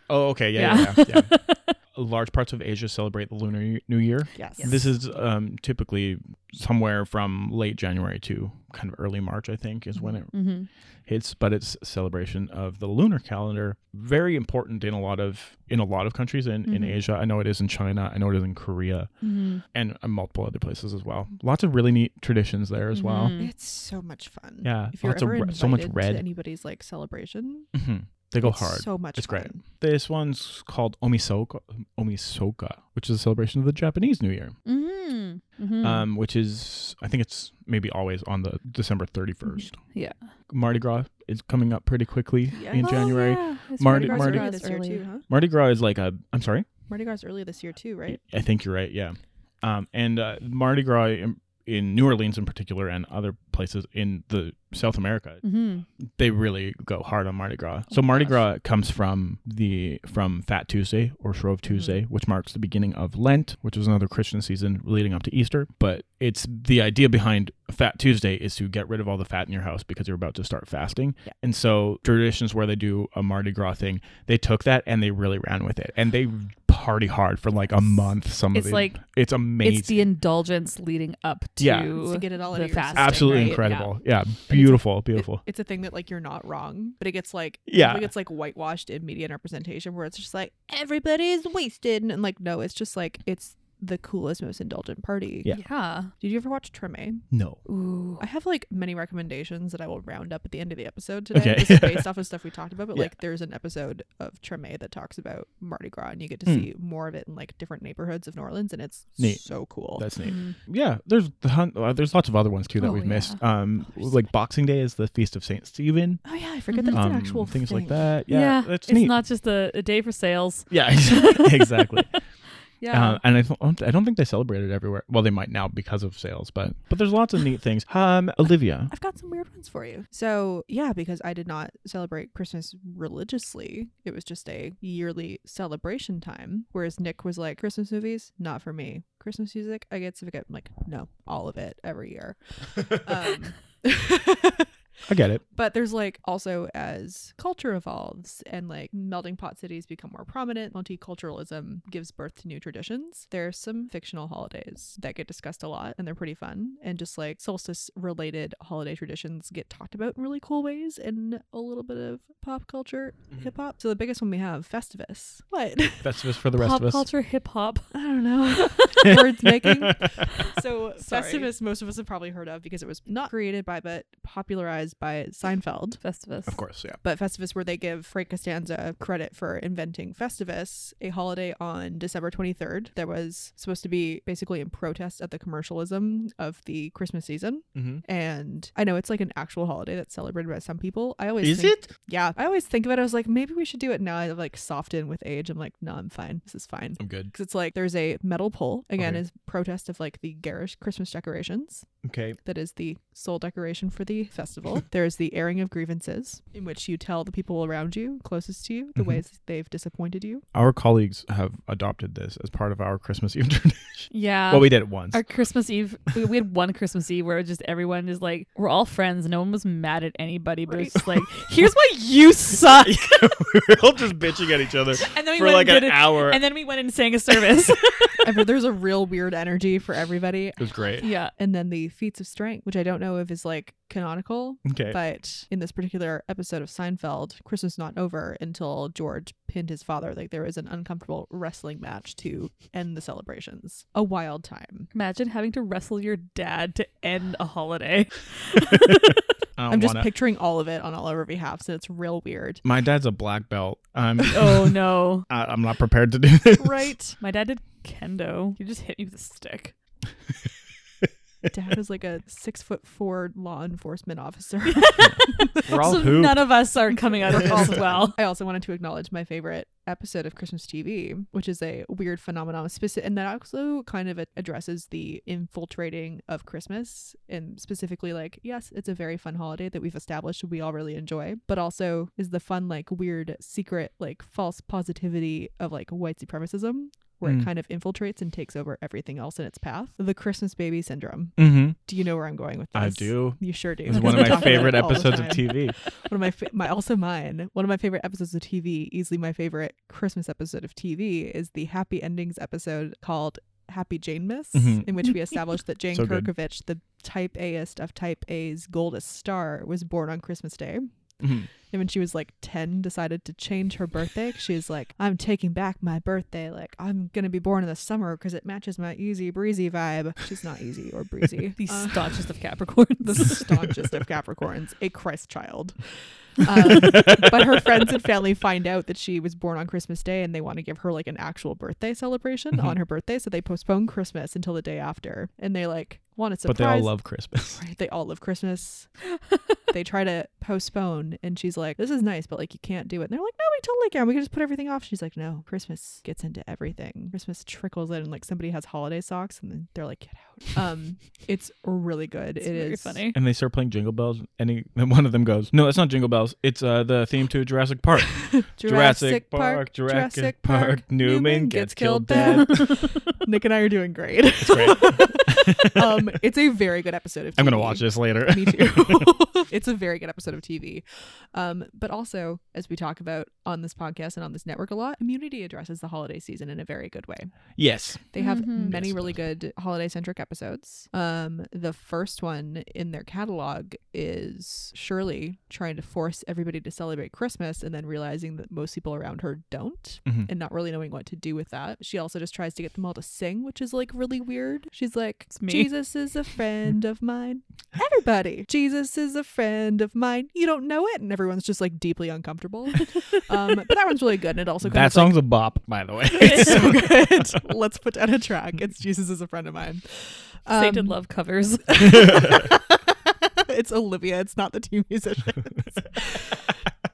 Speaker 2: Oh, okay. Yeah. Yeah. yeah, yeah. large parts of Asia celebrate the Lunar Ye- New Year.
Speaker 3: yes.
Speaker 2: This is um, typically somewhere from late January to kind of early March, I think, is
Speaker 3: Mm-hmm.
Speaker 2: when it
Speaker 4: hmm
Speaker 2: hits. But it's a celebration of the lunar calendar, very important in a lot of in a lot of countries in, in
Speaker 3: Mm-hmm.
Speaker 4: Mhm.
Speaker 2: Asia. I know it is in China. I know it is in Korea
Speaker 4: hmm
Speaker 2: and uh, multiple other places as well. Lots of really neat traditions there as well.
Speaker 4: Mm-hmm.
Speaker 3: It's so much fun.
Speaker 2: Yeah,
Speaker 3: Mm-hmm. If you're
Speaker 2: lots of
Speaker 3: ever
Speaker 2: re- so much
Speaker 3: invited
Speaker 2: red.
Speaker 3: to anybody's like celebration,
Speaker 2: hmm They go
Speaker 3: it's
Speaker 2: hard.
Speaker 3: So much.
Speaker 2: It's great.
Speaker 3: fun.
Speaker 2: this one's called Omisoka, Omisoka, which is a celebration of the Japanese New Year.
Speaker 4: hmm hmm
Speaker 2: um, which is I think it's maybe always on the December thirty first.
Speaker 4: Yeah.
Speaker 2: Mardi Gras is coming up pretty quickly
Speaker 3: Yeah.
Speaker 2: in
Speaker 3: Oh,
Speaker 2: January.
Speaker 4: yeah. It's
Speaker 2: Mardi-
Speaker 3: Mardi Gras
Speaker 2: Mardi-
Speaker 3: earlier this year too, huh?
Speaker 2: Mardi Gras is like a I'm sorry,
Speaker 3: Mardi Gras earlier this year too, right?
Speaker 2: I think you're right. Yeah, um, and uh, Mardi Gras im- in New Orleans in particular and other places in the South America,
Speaker 4: Mm-hmm.
Speaker 2: they really go hard on Mardi Gras. So Mardi
Speaker 4: Oh gosh.
Speaker 2: Gras comes from the from Fat Tuesday or Shrove
Speaker 4: Mm-hmm.
Speaker 2: Tuesday, which marks the beginning of Lent, which is another Christian season leading up to Easter. But it's the idea behind Fat Tuesday is to get rid of all the fat in your house because you're about to start fasting.
Speaker 4: Yeah.
Speaker 2: And so traditions where they do a Mardi Gras thing, they took that and they really ran with it, and they party hard for like a month. Some
Speaker 4: It's
Speaker 2: of the,
Speaker 4: like-
Speaker 2: it's amazing.
Speaker 4: It's the indulgence leading up to,
Speaker 2: Yeah.
Speaker 3: to get it all out
Speaker 4: the
Speaker 3: of your
Speaker 4: fast.
Speaker 3: system,
Speaker 2: absolutely
Speaker 4: right?
Speaker 2: incredible. Yeah, beautiful, beautiful.
Speaker 3: It's a thing that like you're not wrong, but it gets like
Speaker 2: Yeah.
Speaker 3: it gets like whitewashed in media and representation where it's just like everybody's wasted and like no, it's just like it's the coolest, most indulgent party.
Speaker 2: Yeah.
Speaker 4: Yeah. yeah.
Speaker 3: Did you ever watch Treme?
Speaker 2: no.
Speaker 4: Ooh.
Speaker 3: I have like many recommendations that I will round up at the end of the episode today.
Speaker 2: Okay.
Speaker 3: This is based off of stuff we talked about, but
Speaker 2: Yeah.
Speaker 3: like there's an episode of Treme that talks about Mardi Gras and you get to
Speaker 2: Hmm.
Speaker 3: see more of it in like different neighborhoods of New Orleans and it's
Speaker 2: Neat.
Speaker 3: so cool.
Speaker 2: That's neat.
Speaker 4: Mm.
Speaker 2: Yeah, there's the hun- uh, there's lots of other ones too that
Speaker 4: Oh,
Speaker 2: we've
Speaker 4: yeah.
Speaker 2: missed. Um,
Speaker 3: Oh, there's
Speaker 2: like Boxing Day is the feast of Saint Stephen.
Speaker 3: oh yeah, I forget that it's
Speaker 2: um,
Speaker 3: an actual
Speaker 2: things
Speaker 3: thing.
Speaker 2: like that. Yeah, that's
Speaker 4: it's
Speaker 2: neat.
Speaker 4: not just a, a day for sales.
Speaker 2: yeah, exactly.
Speaker 4: Yeah.
Speaker 2: Um, and I, don't I don't think they celebrate it everywhere. Well, they might now because of sales, but but there's lots of neat things. Um, Olivia.
Speaker 3: I've got some weird ones for you. So, yeah, because I did not celebrate Christmas religiously, it was just a yearly celebration time. Whereas Nick was like, Christmas movies, not for me. Christmas music, I get to forget. I'm like, no, all of it every year. Um,
Speaker 2: I get it.
Speaker 3: but there's like also as culture evolves and like melting pot cities become more prominent, multiculturalism gives birth to new traditions. There are some fictional holidays that get discussed a lot and they're pretty fun. And just like solstice related holiday traditions get talked about in really cool ways and a little bit of pop culture, hip hop. So the biggest one we have, Festivus. What?
Speaker 2: That's just for the rest
Speaker 4: Pop
Speaker 2: of us.
Speaker 4: culture, hip hop.
Speaker 3: I don't know. Words making. So
Speaker 4: Sorry.
Speaker 3: Festivus, most of us have probably heard of because it was not created by but popularized by Seinfeld.
Speaker 4: Festivus.
Speaker 2: Of course, yeah.
Speaker 3: But Festivus, where they give Frank Costanza credit for inventing Festivus, a holiday on December 23rd that was supposed to be basically in protest at the commercialism of the Christmas season.
Speaker 2: Mm-hmm.
Speaker 3: And I know it's like an actual holiday that's celebrated by some people. I always
Speaker 2: Is
Speaker 3: think,
Speaker 2: it?
Speaker 3: Yeah, I always think about it. I was like, maybe we should do it now. I've like softened with age. I'm like, no, I'm fine. This is fine.
Speaker 2: I'm good.
Speaker 3: Because it's like there's a metal pole again
Speaker 2: Okay.
Speaker 3: is protest of like the garish Christmas decorations
Speaker 2: Okay.
Speaker 3: that is the sole decoration for the festival. there is the airing of grievances, in which you tell the people around you, closest to you, the
Speaker 2: Mhm.
Speaker 3: ways they've disappointed you.
Speaker 2: Our colleagues have adopted this as part of our Christmas Eve tradition.
Speaker 4: Yeah.
Speaker 2: well, we did it once.
Speaker 4: Uh, Our Christmas Eve, we, we had one Christmas Eve where just everyone is like, we're all friends. No one was mad at anybody, but it's just like, here's why you suck.
Speaker 2: we were all just bitching at each other
Speaker 4: And then we
Speaker 2: for
Speaker 4: went
Speaker 2: like
Speaker 4: and
Speaker 2: an
Speaker 4: did it.
Speaker 2: hour.
Speaker 4: And then we went and sang a service.
Speaker 3: And there's a real weird energy for everybody.
Speaker 2: it was great.
Speaker 4: yeah.
Speaker 3: And then the feats of strength, which I don't know if is like canonical,
Speaker 2: Okay.
Speaker 3: but in this particular episode of Seinfeld, Christmas not over until George pinned his father. Like there was an uncomfortable wrestling match to end the celebrations. A wild time.
Speaker 4: Imagine having to wrestle your dad to end a holiday.
Speaker 2: I don't
Speaker 3: I'm just
Speaker 2: wanna-
Speaker 3: picturing all of it on all of our behalf, so it's real weird.
Speaker 2: My dad's a black belt. I'm
Speaker 4: Oh, no.
Speaker 2: I, I'm not prepared to do this.
Speaker 3: Right.
Speaker 4: My dad did kendo. He just hit me with a stick.
Speaker 3: dad is like a six foot four law enforcement officer.
Speaker 2: We're all
Speaker 4: so
Speaker 2: hooped.
Speaker 4: none of us are coming out of this well.
Speaker 3: I also wanted to acknowledge my favorite episode of Christmas TV, which is a weird phenomenon, specific, and that also kind of addresses the infiltrating of Christmas, and specifically like, yes, it's a very fun holiday that we've established we all really enjoy, but also is the fun like weird secret like false positivity of like white supremacism. Where
Speaker 2: Mm.
Speaker 3: it kind of infiltrates and takes over everything else in its path. The Christmas baby syndrome.
Speaker 2: mm-hmm.
Speaker 3: Do you know where I'm going with this?
Speaker 2: I do.
Speaker 3: You sure do.
Speaker 2: It's
Speaker 3: because
Speaker 2: one
Speaker 3: we
Speaker 2: of my
Speaker 3: talk about it
Speaker 2: favorite
Speaker 3: all the
Speaker 2: episodes of
Speaker 3: time.
Speaker 2: TV.
Speaker 3: One of my, fa- my also mine. One of my favorite episodes of TV, easily my favorite Christmas episode of TV, is the Happy Endings episode called Happy Jane Miss,
Speaker 2: Mhm.
Speaker 3: in which we established that Jane
Speaker 2: So good.
Speaker 3: Kirkovich, the type A-ist of type A's goldest star, was born on Christmas Day.
Speaker 2: Mhm.
Speaker 3: And when she was like 10, decided to change her birthday. 'cause She's like, I'm taking back my birthday. Like, I'm going to be born in the summer because it matches my easy breezy vibe. She's not easy or breezy.
Speaker 4: The
Speaker 3: Uh,
Speaker 4: staunchest of Capricorns.
Speaker 3: the staunchest of Capricorns, a Christ child. Um, but her friends and family find out that she was born on Christmas Day and they want to give her
Speaker 2: Mm-hmm.
Speaker 3: like an actual birthday celebration on her birthday. So they postpone Christmas until the day after. And they like One, it's a
Speaker 2: but they all love Christmas.
Speaker 3: Right, they all love Christmas. they try to postpone, and she's like, "This is nice, but like you can't do it." And they're like, "No, we totally can. We can just put everything off." She's like, "No, Christmas gets into everything. Christmas trickles in, and like somebody has holiday socks, and then they're like, get out." Um, it's really good.
Speaker 4: It's
Speaker 3: It
Speaker 4: very
Speaker 3: is-
Speaker 4: funny.
Speaker 2: And they start playing Jingle Bells, and, he, and one of them goes, "No, that's not Jingle Bells. It's uh, the theme to Jurassic Park. Jurassic Park, Jurassic Park, Newman gets killed dead.
Speaker 3: Nick and I are doing great.
Speaker 2: It's great.
Speaker 3: um, it's a very good episode of.
Speaker 2: I'm gonna
Speaker 3: TV.
Speaker 2: watch this later."
Speaker 3: Me too. it's a very good episode of TV. Um, but also, as we talk about on this podcast and on this network a lot, Immunity addresses the holiday season in a very good way.
Speaker 2: yes,
Speaker 3: They have
Speaker 4: Mhm.
Speaker 3: many
Speaker 2: Yes, it
Speaker 3: really good holiday centric episodes. Um, the first one in their catalog is Shirley trying to force everybody to celebrate Christmas and then realizing that most people around her don't
Speaker 2: Mhm.
Speaker 3: and not really knowing what to do with that. She also just tries to get them all to sing, which is like really weird. She's like,
Speaker 4: It's me.
Speaker 3: Jesus is a friend of mine. Everybody, Jesus is a friend of mine. You don't know it. And everyone's just like deeply uncomfortable. um, but that one's really good. And it also kind
Speaker 2: that
Speaker 3: of, like,
Speaker 2: song's a bop, by the way.
Speaker 3: it's so good. Let's put down a track. It's Jesus is a friend of mine.
Speaker 4: Sainted
Speaker 3: Um,
Speaker 4: love covers.
Speaker 3: it's Olivia. It's not the two musicians.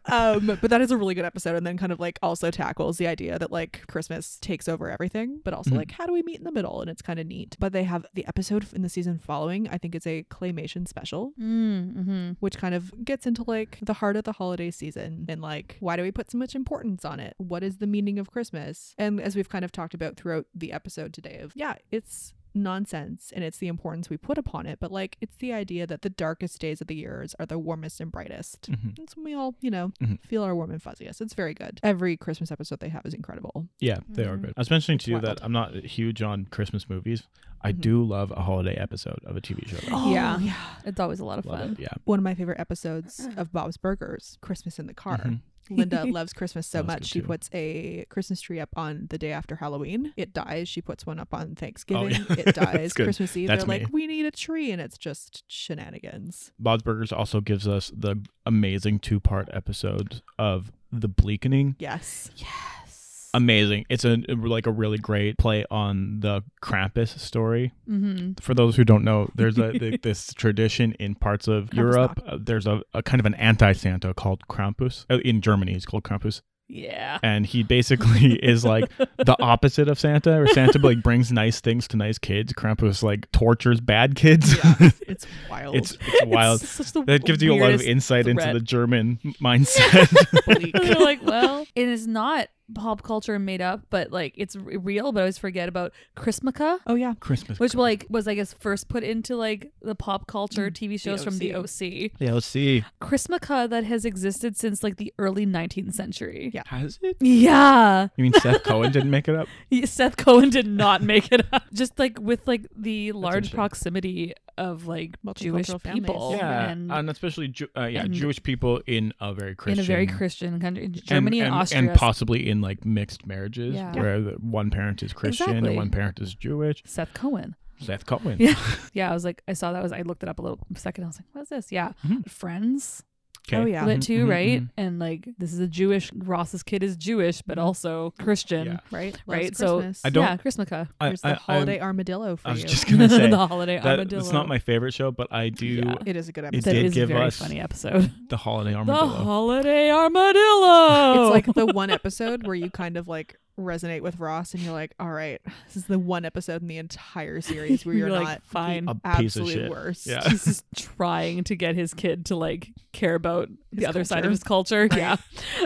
Speaker 3: um, but that is a really good episode, and then kind of like also tackles the idea that like Christmas takes over everything, but also
Speaker 2: Mhm.
Speaker 3: like how do we meet in the middle? And it's kind of neat. But they have the episode in the season following. I think it's a claymation special.
Speaker 4: mm-hmm.
Speaker 3: Which kind of gets into like the heart of the holiday season and like, why do we put so much importance on it? What is the meaning of Christmas? And as we've kind of talked about throughout the episode today, of yeah, it's nonsense and it's the importance we put upon it, but like it's the idea that the darkest days of the years are the warmest and brightest.
Speaker 2: Mhm.
Speaker 3: That's when we all, you know,
Speaker 2: Mhm.
Speaker 3: feel our warm and fuzziest. It's very good. Every Christmas episode they have is incredible.
Speaker 2: Yeah, they are
Speaker 4: Mhm.
Speaker 2: good. I was mentioning to
Speaker 3: Mm-hmm. It's
Speaker 2: you
Speaker 3: wild.
Speaker 2: that I'm not huge on Christmas movies. I
Speaker 3: Mhm.
Speaker 2: do love a holiday episode of a TV show. though.
Speaker 4: Oh, Yeah.
Speaker 3: yeah.
Speaker 4: It's always a lot of
Speaker 2: Love
Speaker 4: fun.
Speaker 2: it. Yeah.
Speaker 3: One of my favorite episodes
Speaker 4: Uh-huh.
Speaker 3: of Bob's Burgers, Christmas in the Car.
Speaker 2: Mhm.
Speaker 3: Linda loves Christmas so
Speaker 2: That was
Speaker 3: much.
Speaker 2: good
Speaker 3: She
Speaker 2: too.
Speaker 3: puts a Christmas tree up on the day after Halloween. It dies. She puts one up on Thanksgiving.
Speaker 2: Oh, yeah.
Speaker 3: It dies.
Speaker 2: That's good.
Speaker 3: Christmas Eve.
Speaker 2: That's
Speaker 3: They're
Speaker 2: me.
Speaker 3: like, we need a tree, and it's just shenanigans.
Speaker 2: Bob's Burgers also gives us the amazing two part episode of The Bleakening.
Speaker 3: Yes.
Speaker 4: Yes.
Speaker 2: Amazing. It's a like a really great play on the Krampus story.
Speaker 4: mm-hmm.
Speaker 2: For those who don't know, there's a th- this tradition in parts of
Speaker 3: Krampusnacht.
Speaker 2: Europe. Uh, there's a, a kind of an anti Santa called Krampus. Uh, In Germany, he's called Krampus,
Speaker 4: Yeah.
Speaker 2: and he basically is like the opposite of Santa, where Santa like brings nice things to nice kids. Krampus like tortures bad kids.
Speaker 3: Yeah. it's wild.
Speaker 2: it's, it's wild.
Speaker 4: It's such the
Speaker 2: that gives you a lot of
Speaker 4: weirdest
Speaker 2: insight into
Speaker 4: threat.
Speaker 2: the German mindset.
Speaker 3: bleak.
Speaker 4: They're like, well, it is not pop culture made up, but like it's r- real. But I always forget about Chrismica,
Speaker 3: oh yeah.
Speaker 2: Christmas,
Speaker 4: which like was I guess first put into like the pop
Speaker 2: Mm.
Speaker 4: culture TV shows from the OC.
Speaker 2: yeah, let's see.
Speaker 4: Chrismica that has existed since like the early 19th century.
Speaker 3: Yeah.
Speaker 2: Has it?
Speaker 4: Yeah.
Speaker 2: You mean Seth Cohen didn't make it up?
Speaker 4: Seth Cohen did not make it up. Just like with like the large
Speaker 2: interesting.
Speaker 4: proximity of like Jewish
Speaker 3: Multicultural families.
Speaker 4: people
Speaker 2: Yeah,
Speaker 4: and,
Speaker 2: and, especially Ju- uh, yeah,
Speaker 4: Oh, and-
Speaker 2: Jewish people in a very
Speaker 4: in
Speaker 2: Christian,
Speaker 4: a very Christian country, in
Speaker 2: and-
Speaker 4: Germany and, Austria.
Speaker 2: and possibly in like mixed marriages
Speaker 4: Yeah. Yeah.
Speaker 2: where the one parent is Christian
Speaker 4: Exactly.
Speaker 2: and one parent is Jewish.
Speaker 4: Seth Cohen.
Speaker 2: Seth Cohen.
Speaker 4: Yeah. Yeah, I was like, I saw that was. I looked it up a little second. I was like, what's this? Yeah,
Speaker 2: Mhm.
Speaker 4: Friends
Speaker 2: Okay.
Speaker 3: Oh yeah.
Speaker 4: lit too,
Speaker 2: mhm,
Speaker 4: right?
Speaker 2: mhm.
Speaker 4: And like, this is a Jewish. Ross's kid is Jewish, but also Christian.
Speaker 2: Mm-hmm. Yeah.
Speaker 3: right.
Speaker 4: Right,
Speaker 3: Loves
Speaker 4: so-
Speaker 3: Christmas.
Speaker 2: I don't-
Speaker 4: Yeah, Chrismica.
Speaker 2: I-
Speaker 3: There's
Speaker 2: I-
Speaker 3: the holiday
Speaker 2: I,
Speaker 3: armadillo for
Speaker 2: I was
Speaker 3: you.
Speaker 2: just gonna say
Speaker 4: the holiday
Speaker 2: that
Speaker 4: armadillo.
Speaker 2: it's not my favorite show, but I do
Speaker 4: Yeah.
Speaker 3: it is a good
Speaker 2: It
Speaker 4: That
Speaker 3: episode.
Speaker 2: did
Speaker 4: is
Speaker 2: give
Speaker 4: a very
Speaker 2: us
Speaker 4: funny episode.
Speaker 2: the holiday
Speaker 4: The
Speaker 2: armadillo.
Speaker 4: holiday armadillo.
Speaker 3: It's like the one episode where you kind of like resonate with Ross and you're like, all right, this is the one episode in the entire series where you're,
Speaker 4: You're like,
Speaker 3: not
Speaker 4: fine.
Speaker 3: the
Speaker 2: A piece of
Speaker 3: absolute
Speaker 2: shit.
Speaker 3: worst.
Speaker 2: Yeah.
Speaker 4: he's just trying to get his kid to like care about the
Speaker 3: His
Speaker 4: other side
Speaker 3: culture.
Speaker 4: of his culture. Yeah.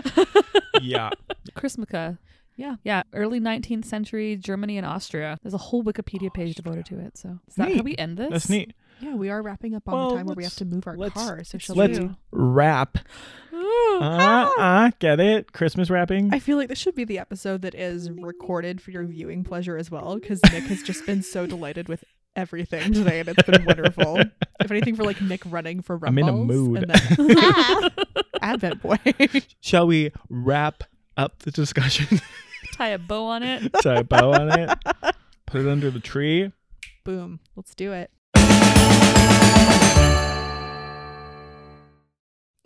Speaker 2: yeah.
Speaker 4: Chrismica.
Speaker 3: Yeah.
Speaker 4: Yeah. Early 19th century Germany and Austria. There's a whole Wikipedia page devoted to it. So is that how
Speaker 2: Neat.
Speaker 4: we end this?
Speaker 2: That's neat.
Speaker 3: Yeah, we are wrapping up on
Speaker 2: Well,
Speaker 3: the time where we have
Speaker 2: let's-
Speaker 3: to move our
Speaker 2: let's-
Speaker 3: car. So shall
Speaker 2: let's-
Speaker 3: we?
Speaker 2: Wrap.
Speaker 4: Ooh.
Speaker 2: Uh, uh, get it? Christmas wrapping?
Speaker 3: I feel like this should be the episode that is recorded for your viewing pleasure as well, because Nick has just been so delighted with everything today, and it's been wonderful. If anything, for like Nick running for
Speaker 2: I'm in
Speaker 3: rumbles.
Speaker 2: a mood.
Speaker 3: And then, ah, Advent boy.
Speaker 2: Shall we wrap up the discussion?
Speaker 4: Tie a bow on it.
Speaker 2: Tie a bow on it. Put it under the tree.
Speaker 3: Boom. Let's do it.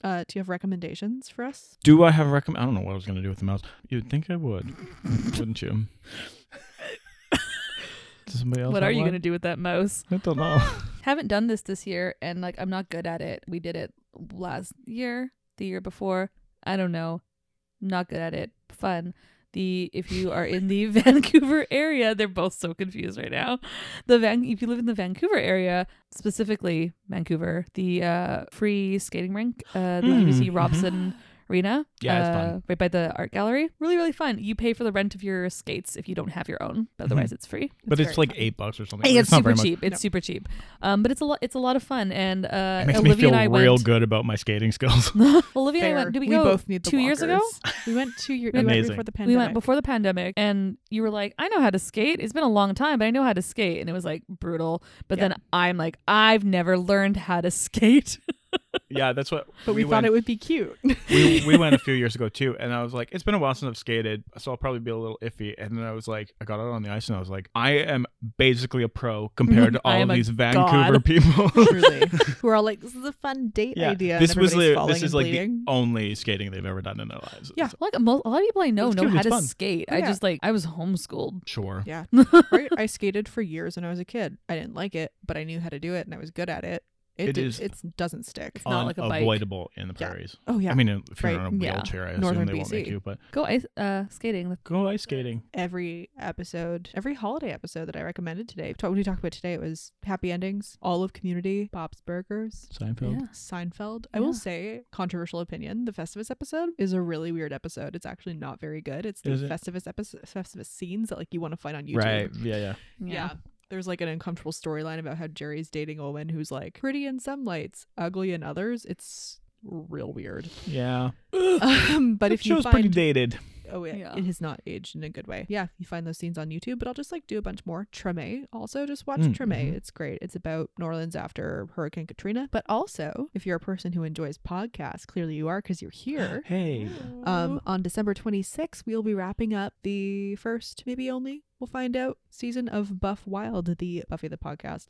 Speaker 3: Uh, do you have recommendations for us?
Speaker 2: Do I have a recommend? I don't know what I was going to do with the mouse. You'd think I would, wouldn't you? Just somebody else.
Speaker 4: What are
Speaker 2: had
Speaker 4: you
Speaker 2: one?
Speaker 4: going to do with that mouse?
Speaker 2: I don't know.
Speaker 4: Haven't done this this year, and like I'm not good at it. We did it last year, the year before. I don't know. Not good at it. Fun. The if you are in the Vancouver area, they're both so confused right now. The Van if you live in the Vancouver area, specifically Vancouver, the uh, free skating rink, uh, the
Speaker 2: Mm.
Speaker 4: UBC Robson Arena.
Speaker 2: Yeah, it's
Speaker 4: uh,
Speaker 2: fun.
Speaker 4: Right by the art gallery. Really, really fun. You pay for the rent of your skates if you don't have your own, but
Speaker 2: Mm-hmm.
Speaker 4: otherwise it's free.
Speaker 2: but it's
Speaker 3: very
Speaker 2: like eight bucks or something.
Speaker 4: It's,
Speaker 2: It's, not very
Speaker 4: super
Speaker 2: much.
Speaker 4: cheap. It's
Speaker 3: No.
Speaker 4: super cheap. Um, but it's a lot. It's a lot of fun. And uh,
Speaker 2: It makes
Speaker 4: Olivia
Speaker 2: me feel
Speaker 4: and I
Speaker 2: real
Speaker 4: went.
Speaker 2: good about my skating skills.
Speaker 4: Olivia and
Speaker 3: Fair.
Speaker 4: I went. Did we,
Speaker 3: we
Speaker 4: go?
Speaker 3: both need the
Speaker 4: two years ago?
Speaker 3: walkers. We went two years we went
Speaker 2: Amazing.
Speaker 3: before the
Speaker 4: we
Speaker 3: pandemic.
Speaker 4: went before the pandemic, and you were like, "I know how to skate. It's been a long time, but I know how to skate." And it was like brutal. But
Speaker 3: Yeah.
Speaker 4: then I'm like, "I've never learned how to skate."
Speaker 2: yeah, that's what.
Speaker 3: but we, thought
Speaker 2: went,
Speaker 3: it would be cute.
Speaker 2: we, we went a few years ago too, and I was like, it's been a while since I've skated, so I'll probably be a little iffy. And then I was like, I got out on the ice, and I was like, I am basically a pro compared to
Speaker 4: I
Speaker 2: all
Speaker 4: am
Speaker 2: of
Speaker 4: a
Speaker 2: these Vancouver
Speaker 4: god.
Speaker 2: people.
Speaker 3: Truly, we're all like, "This is a fun date
Speaker 2: yeah,
Speaker 3: idea." and
Speaker 2: this was
Speaker 3: everybody's
Speaker 2: the,
Speaker 3: falling
Speaker 2: this is
Speaker 3: and
Speaker 2: like
Speaker 3: bleeding.
Speaker 2: the only skating they've ever done in their lives.
Speaker 3: Yeah.
Speaker 4: like mo- a lot of people I know
Speaker 2: It's
Speaker 4: know
Speaker 2: cute,
Speaker 4: how
Speaker 2: it's
Speaker 4: to
Speaker 2: fun.
Speaker 4: skate. I
Speaker 3: Yeah.
Speaker 4: just like I was homeschooled.
Speaker 2: Sure.
Speaker 3: Yeah.
Speaker 2: Oh.
Speaker 3: right? I skated for years when I was a kid. I didn't like it, but I knew how to do it and I was good at it. It,
Speaker 2: It
Speaker 3: did,
Speaker 2: is-
Speaker 3: it doesn't stick.
Speaker 4: not like a bike.
Speaker 2: Unavoidable in the
Speaker 3: Yeah.
Speaker 2: prairies.
Speaker 3: Oh yeah.
Speaker 2: I mean, if you're
Speaker 3: Right.
Speaker 2: on a
Speaker 4: Yeah.
Speaker 2: wheelchair, I assume
Speaker 3: Northern
Speaker 2: they won't make
Speaker 3: BC.
Speaker 2: you. But
Speaker 4: Go ice uh, skating.
Speaker 2: go ice skating.
Speaker 3: every episode, every holiday episode that I recommended today, what we talked about today was happy endings, all of community, Bob's Burgers,
Speaker 2: Seinfeld.
Speaker 4: Yeah.
Speaker 3: Seinfeld. I
Speaker 4: Yeah.
Speaker 3: will say, controversial opinion, the Festivus episode is a really weird episode. It's actually not very good. It's the
Speaker 2: Is it?
Speaker 3: Festivus episode, Festivus scenes that like you want to find on YouTube.
Speaker 2: Right. Yeah. Yeah.
Speaker 3: Yeah. There's like an uncomfortable storyline about how Jerry's dating a woman who's like pretty in some lights, ugly in others. It's real weird.
Speaker 2: Yeah.
Speaker 3: Um, but
Speaker 2: That
Speaker 3: if you
Speaker 2: show's
Speaker 3: find
Speaker 2: pretty dated.
Speaker 3: oh it,
Speaker 4: Yeah.
Speaker 3: it has not aged in a good way. Yeah, you find those scenes on YouTube. But I'll just like do a bunch more. Treme also just watch
Speaker 2: Mm,
Speaker 3: Treme.
Speaker 2: mhm.
Speaker 3: It's great. It's about New Orleans after Hurricane Katrina. But also, if you're a person who enjoys podcasts, clearly you are because you're here.
Speaker 2: Hey.
Speaker 3: Um, on December 26th, we'll be wrapping up the first, maybe only, we'll find out, season of Buff Wild, the Buffy the podcast,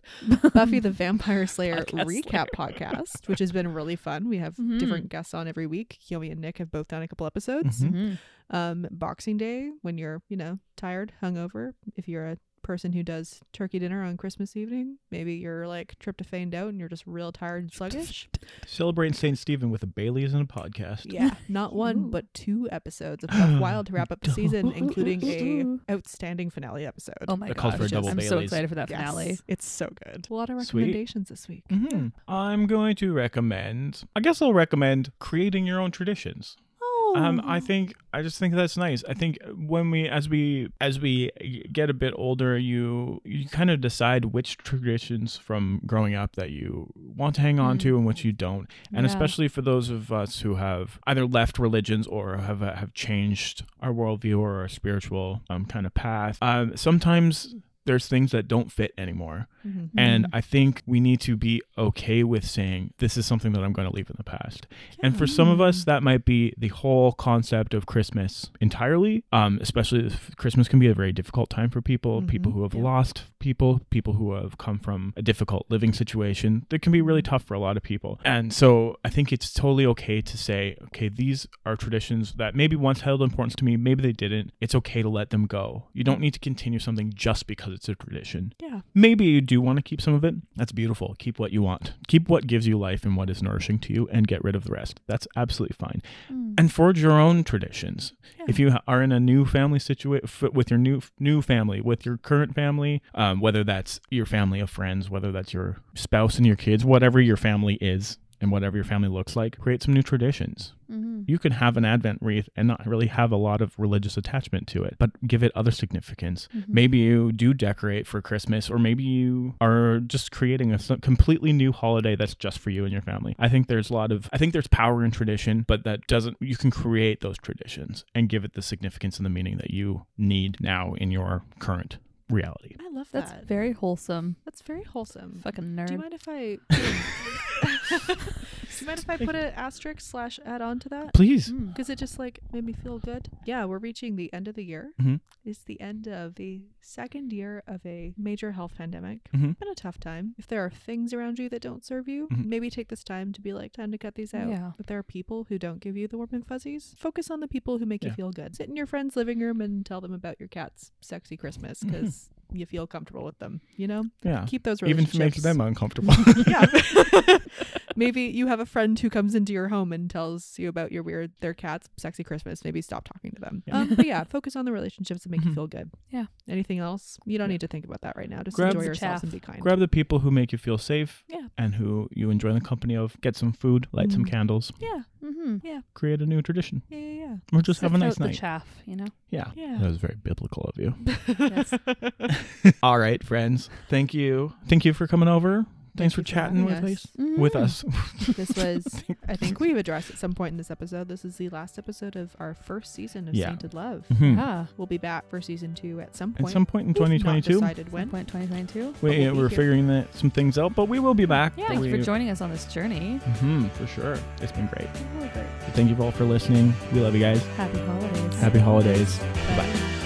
Speaker 3: Buffy the Vampire Slayer
Speaker 4: Podcast
Speaker 3: recap podcast, which has been really fun. We have
Speaker 4: Mhm.
Speaker 3: different guests on every week. Kiyomi and Nick have both done a couple episodes.
Speaker 2: Mhm.
Speaker 4: Mhm.
Speaker 3: Um, Boxing Day, when you're, you know, tired, hungover, if you're a person who does turkey dinner on Christmas evening, maybe you're like tryptophaned out and you're just real tired and sluggish.
Speaker 2: Celebrating St. Stephen with a Bailey's and a podcast.
Speaker 3: Yeah, not one
Speaker 4: Ooh.
Speaker 3: but two episodes of Buff Wild to wrap up the season, including a outstanding finale episode.
Speaker 4: Oh my
Speaker 2: It calls
Speaker 4: gosh!
Speaker 2: for double
Speaker 4: I'm so
Speaker 2: Baileys.
Speaker 4: excited for that
Speaker 3: Yes.
Speaker 4: finale.
Speaker 3: It's so good. A lot of
Speaker 2: Sweet.
Speaker 3: recommendations this week.
Speaker 2: Mhm. I'm going to recommend. I guess I'll recommend creating your own traditions.
Speaker 3: Oh,
Speaker 2: Um, I think I just think that's nice. I think when we, as we, as we get a bit older, you you kind of decide which traditions from growing up that you want to hang on
Speaker 4: Mm.
Speaker 2: to and which you don't. And
Speaker 4: Yeah.
Speaker 2: especially for those of us who have either left religions or have uh, have changed our worldview or our spiritual um, kind of path. Um, sometimes there's things that don't fit anymore.
Speaker 4: Mm-hmm.
Speaker 3: Mhm.
Speaker 2: And I think we need to be okay with saying, this is something that I'm going to leave in the past.
Speaker 3: Mm-hmm.
Speaker 2: And for some of us, that might be the whole concept of Christmas entirely. Um, especially if Christmas can be a very difficult time for people, people
Speaker 3: Mhm.
Speaker 2: who have
Speaker 3: Yeah.
Speaker 2: lost people, people who have come from a difficult living situation that can be really tough for a lot of people. And so I think it's totally okay to say, okay, these are traditions that maybe once held importance to me, maybe they didn't. It's okay to let them go. You don't need to continue something just because it's a tradition
Speaker 3: yeah,
Speaker 2: maybe you do want to keep some of it. That's beautiful. Keep what you want. Keep what gives you life and what is nourishing to you and get rid of the rest. That's absolutely fine. And forge your own traditions. If you are in a new family situation with your new new family, with your current family, um, whether that's your family of friends, whether that's your spouse and your kids, whatever your family is and whatever your family looks like, create some new traditions.
Speaker 4: Mm-hmm.
Speaker 2: You can have an Advent wreath and not really have a lot of religious attachment to it, but give it other significance. Maybe you do decorate for Christmas, or maybe you are just creating a some completely new holiday that's just for you and your family. I think there's a lot of, I think there's power in tradition, but that doesn't, you can create those traditions and give it the significance and the meaning that you need now in your current reality.
Speaker 3: I love
Speaker 4: That's
Speaker 3: that.
Speaker 4: very wholesome.
Speaker 3: That's very wholesome.
Speaker 4: Fucking
Speaker 3: Do you
Speaker 4: nerd.
Speaker 3: mind if I? do you mind if I put an asterisk slash add on to that?
Speaker 2: Please.
Speaker 4: Mm.
Speaker 3: Because it just like made me feel good. Yeah, we're reaching the end of the year.
Speaker 2: Mhm.
Speaker 3: It's the end of the second year of a major health pandemic.
Speaker 2: Mhm.
Speaker 3: Been a tough time. If there are things around you that don't serve you,
Speaker 2: Mhm.
Speaker 3: maybe take this time to be like, time to cut these out.
Speaker 4: Yeah.
Speaker 3: If there are people who don't give you the warm and fuzzies, focus on the people who make
Speaker 2: Yeah.
Speaker 3: you feel good. Sit in your friend's living room and tell them about your cat's sexy Christmas
Speaker 2: Mhm.
Speaker 3: because you feel comfortable with them. Mm-hmm. You know,
Speaker 2: Yeah.
Speaker 3: keep those
Speaker 2: Uh, Even if
Speaker 3: relationships.
Speaker 2: it makes them uncomfortable.
Speaker 3: yeah. Maybe you have a friend who comes into your home and tells you about your weird, their cat's sexy Christmas. Maybe stop talking to them.
Speaker 2: Yeah.
Speaker 3: Um, but yeah, Mm-hmm. focus on the relationships that make you
Speaker 2: Mhm.
Speaker 3: feel good.
Speaker 4: Yeah.
Speaker 3: Anything else? You don't need to think about that right now. Just
Speaker 2: Grab
Speaker 3: enjoy
Speaker 4: the
Speaker 3: yourselves
Speaker 4: chaff.
Speaker 3: and be kind.
Speaker 2: Grab the people who make you feel safe
Speaker 4: Yeah.
Speaker 2: and who you enjoy the company of. Get some food, light some
Speaker 3: Mm.
Speaker 2: candles,
Speaker 3: yeah.
Speaker 4: Mm-hmm.
Speaker 2: create a new tradition,
Speaker 3: Yeah. Yeah.
Speaker 2: or just have a nice
Speaker 4: The
Speaker 2: night.
Speaker 4: chaff, you know.
Speaker 2: yeah.
Speaker 3: Yeah.
Speaker 2: That was very biblical of you.
Speaker 4: Yes.
Speaker 2: All right, friends. Thank you. Thank you for coming over. Thanks
Speaker 3: Thank
Speaker 2: for
Speaker 3: you for
Speaker 2: chatting with
Speaker 3: having
Speaker 2: us.
Speaker 3: us. Mm.
Speaker 2: With us.
Speaker 3: yeah. This was, I think we've addressed at some point in this episode. This is the last episode of our first season of
Speaker 2: Yeah.
Speaker 3: Sainted Love.
Speaker 2: Mhm.
Speaker 4: Ah.
Speaker 3: We'll be back for season two at some
Speaker 2: At
Speaker 3: point.
Speaker 2: some point in
Speaker 3: We've not
Speaker 2: 2022,
Speaker 3: decided when.
Speaker 4: Point 2022.
Speaker 2: we,
Speaker 3: we'll be
Speaker 2: we're
Speaker 3: here.
Speaker 2: figuring that, some things out, but we will be back.
Speaker 4: Yeah, thank
Speaker 2: we,
Speaker 4: you for joining us on this journey.
Speaker 2: Mhm, for sure. It's been great.
Speaker 3: Really great.
Speaker 2: Thank you all for listening. We love you guys.
Speaker 4: Happy holidays.
Speaker 2: Happy holidays.
Speaker 3: Bye.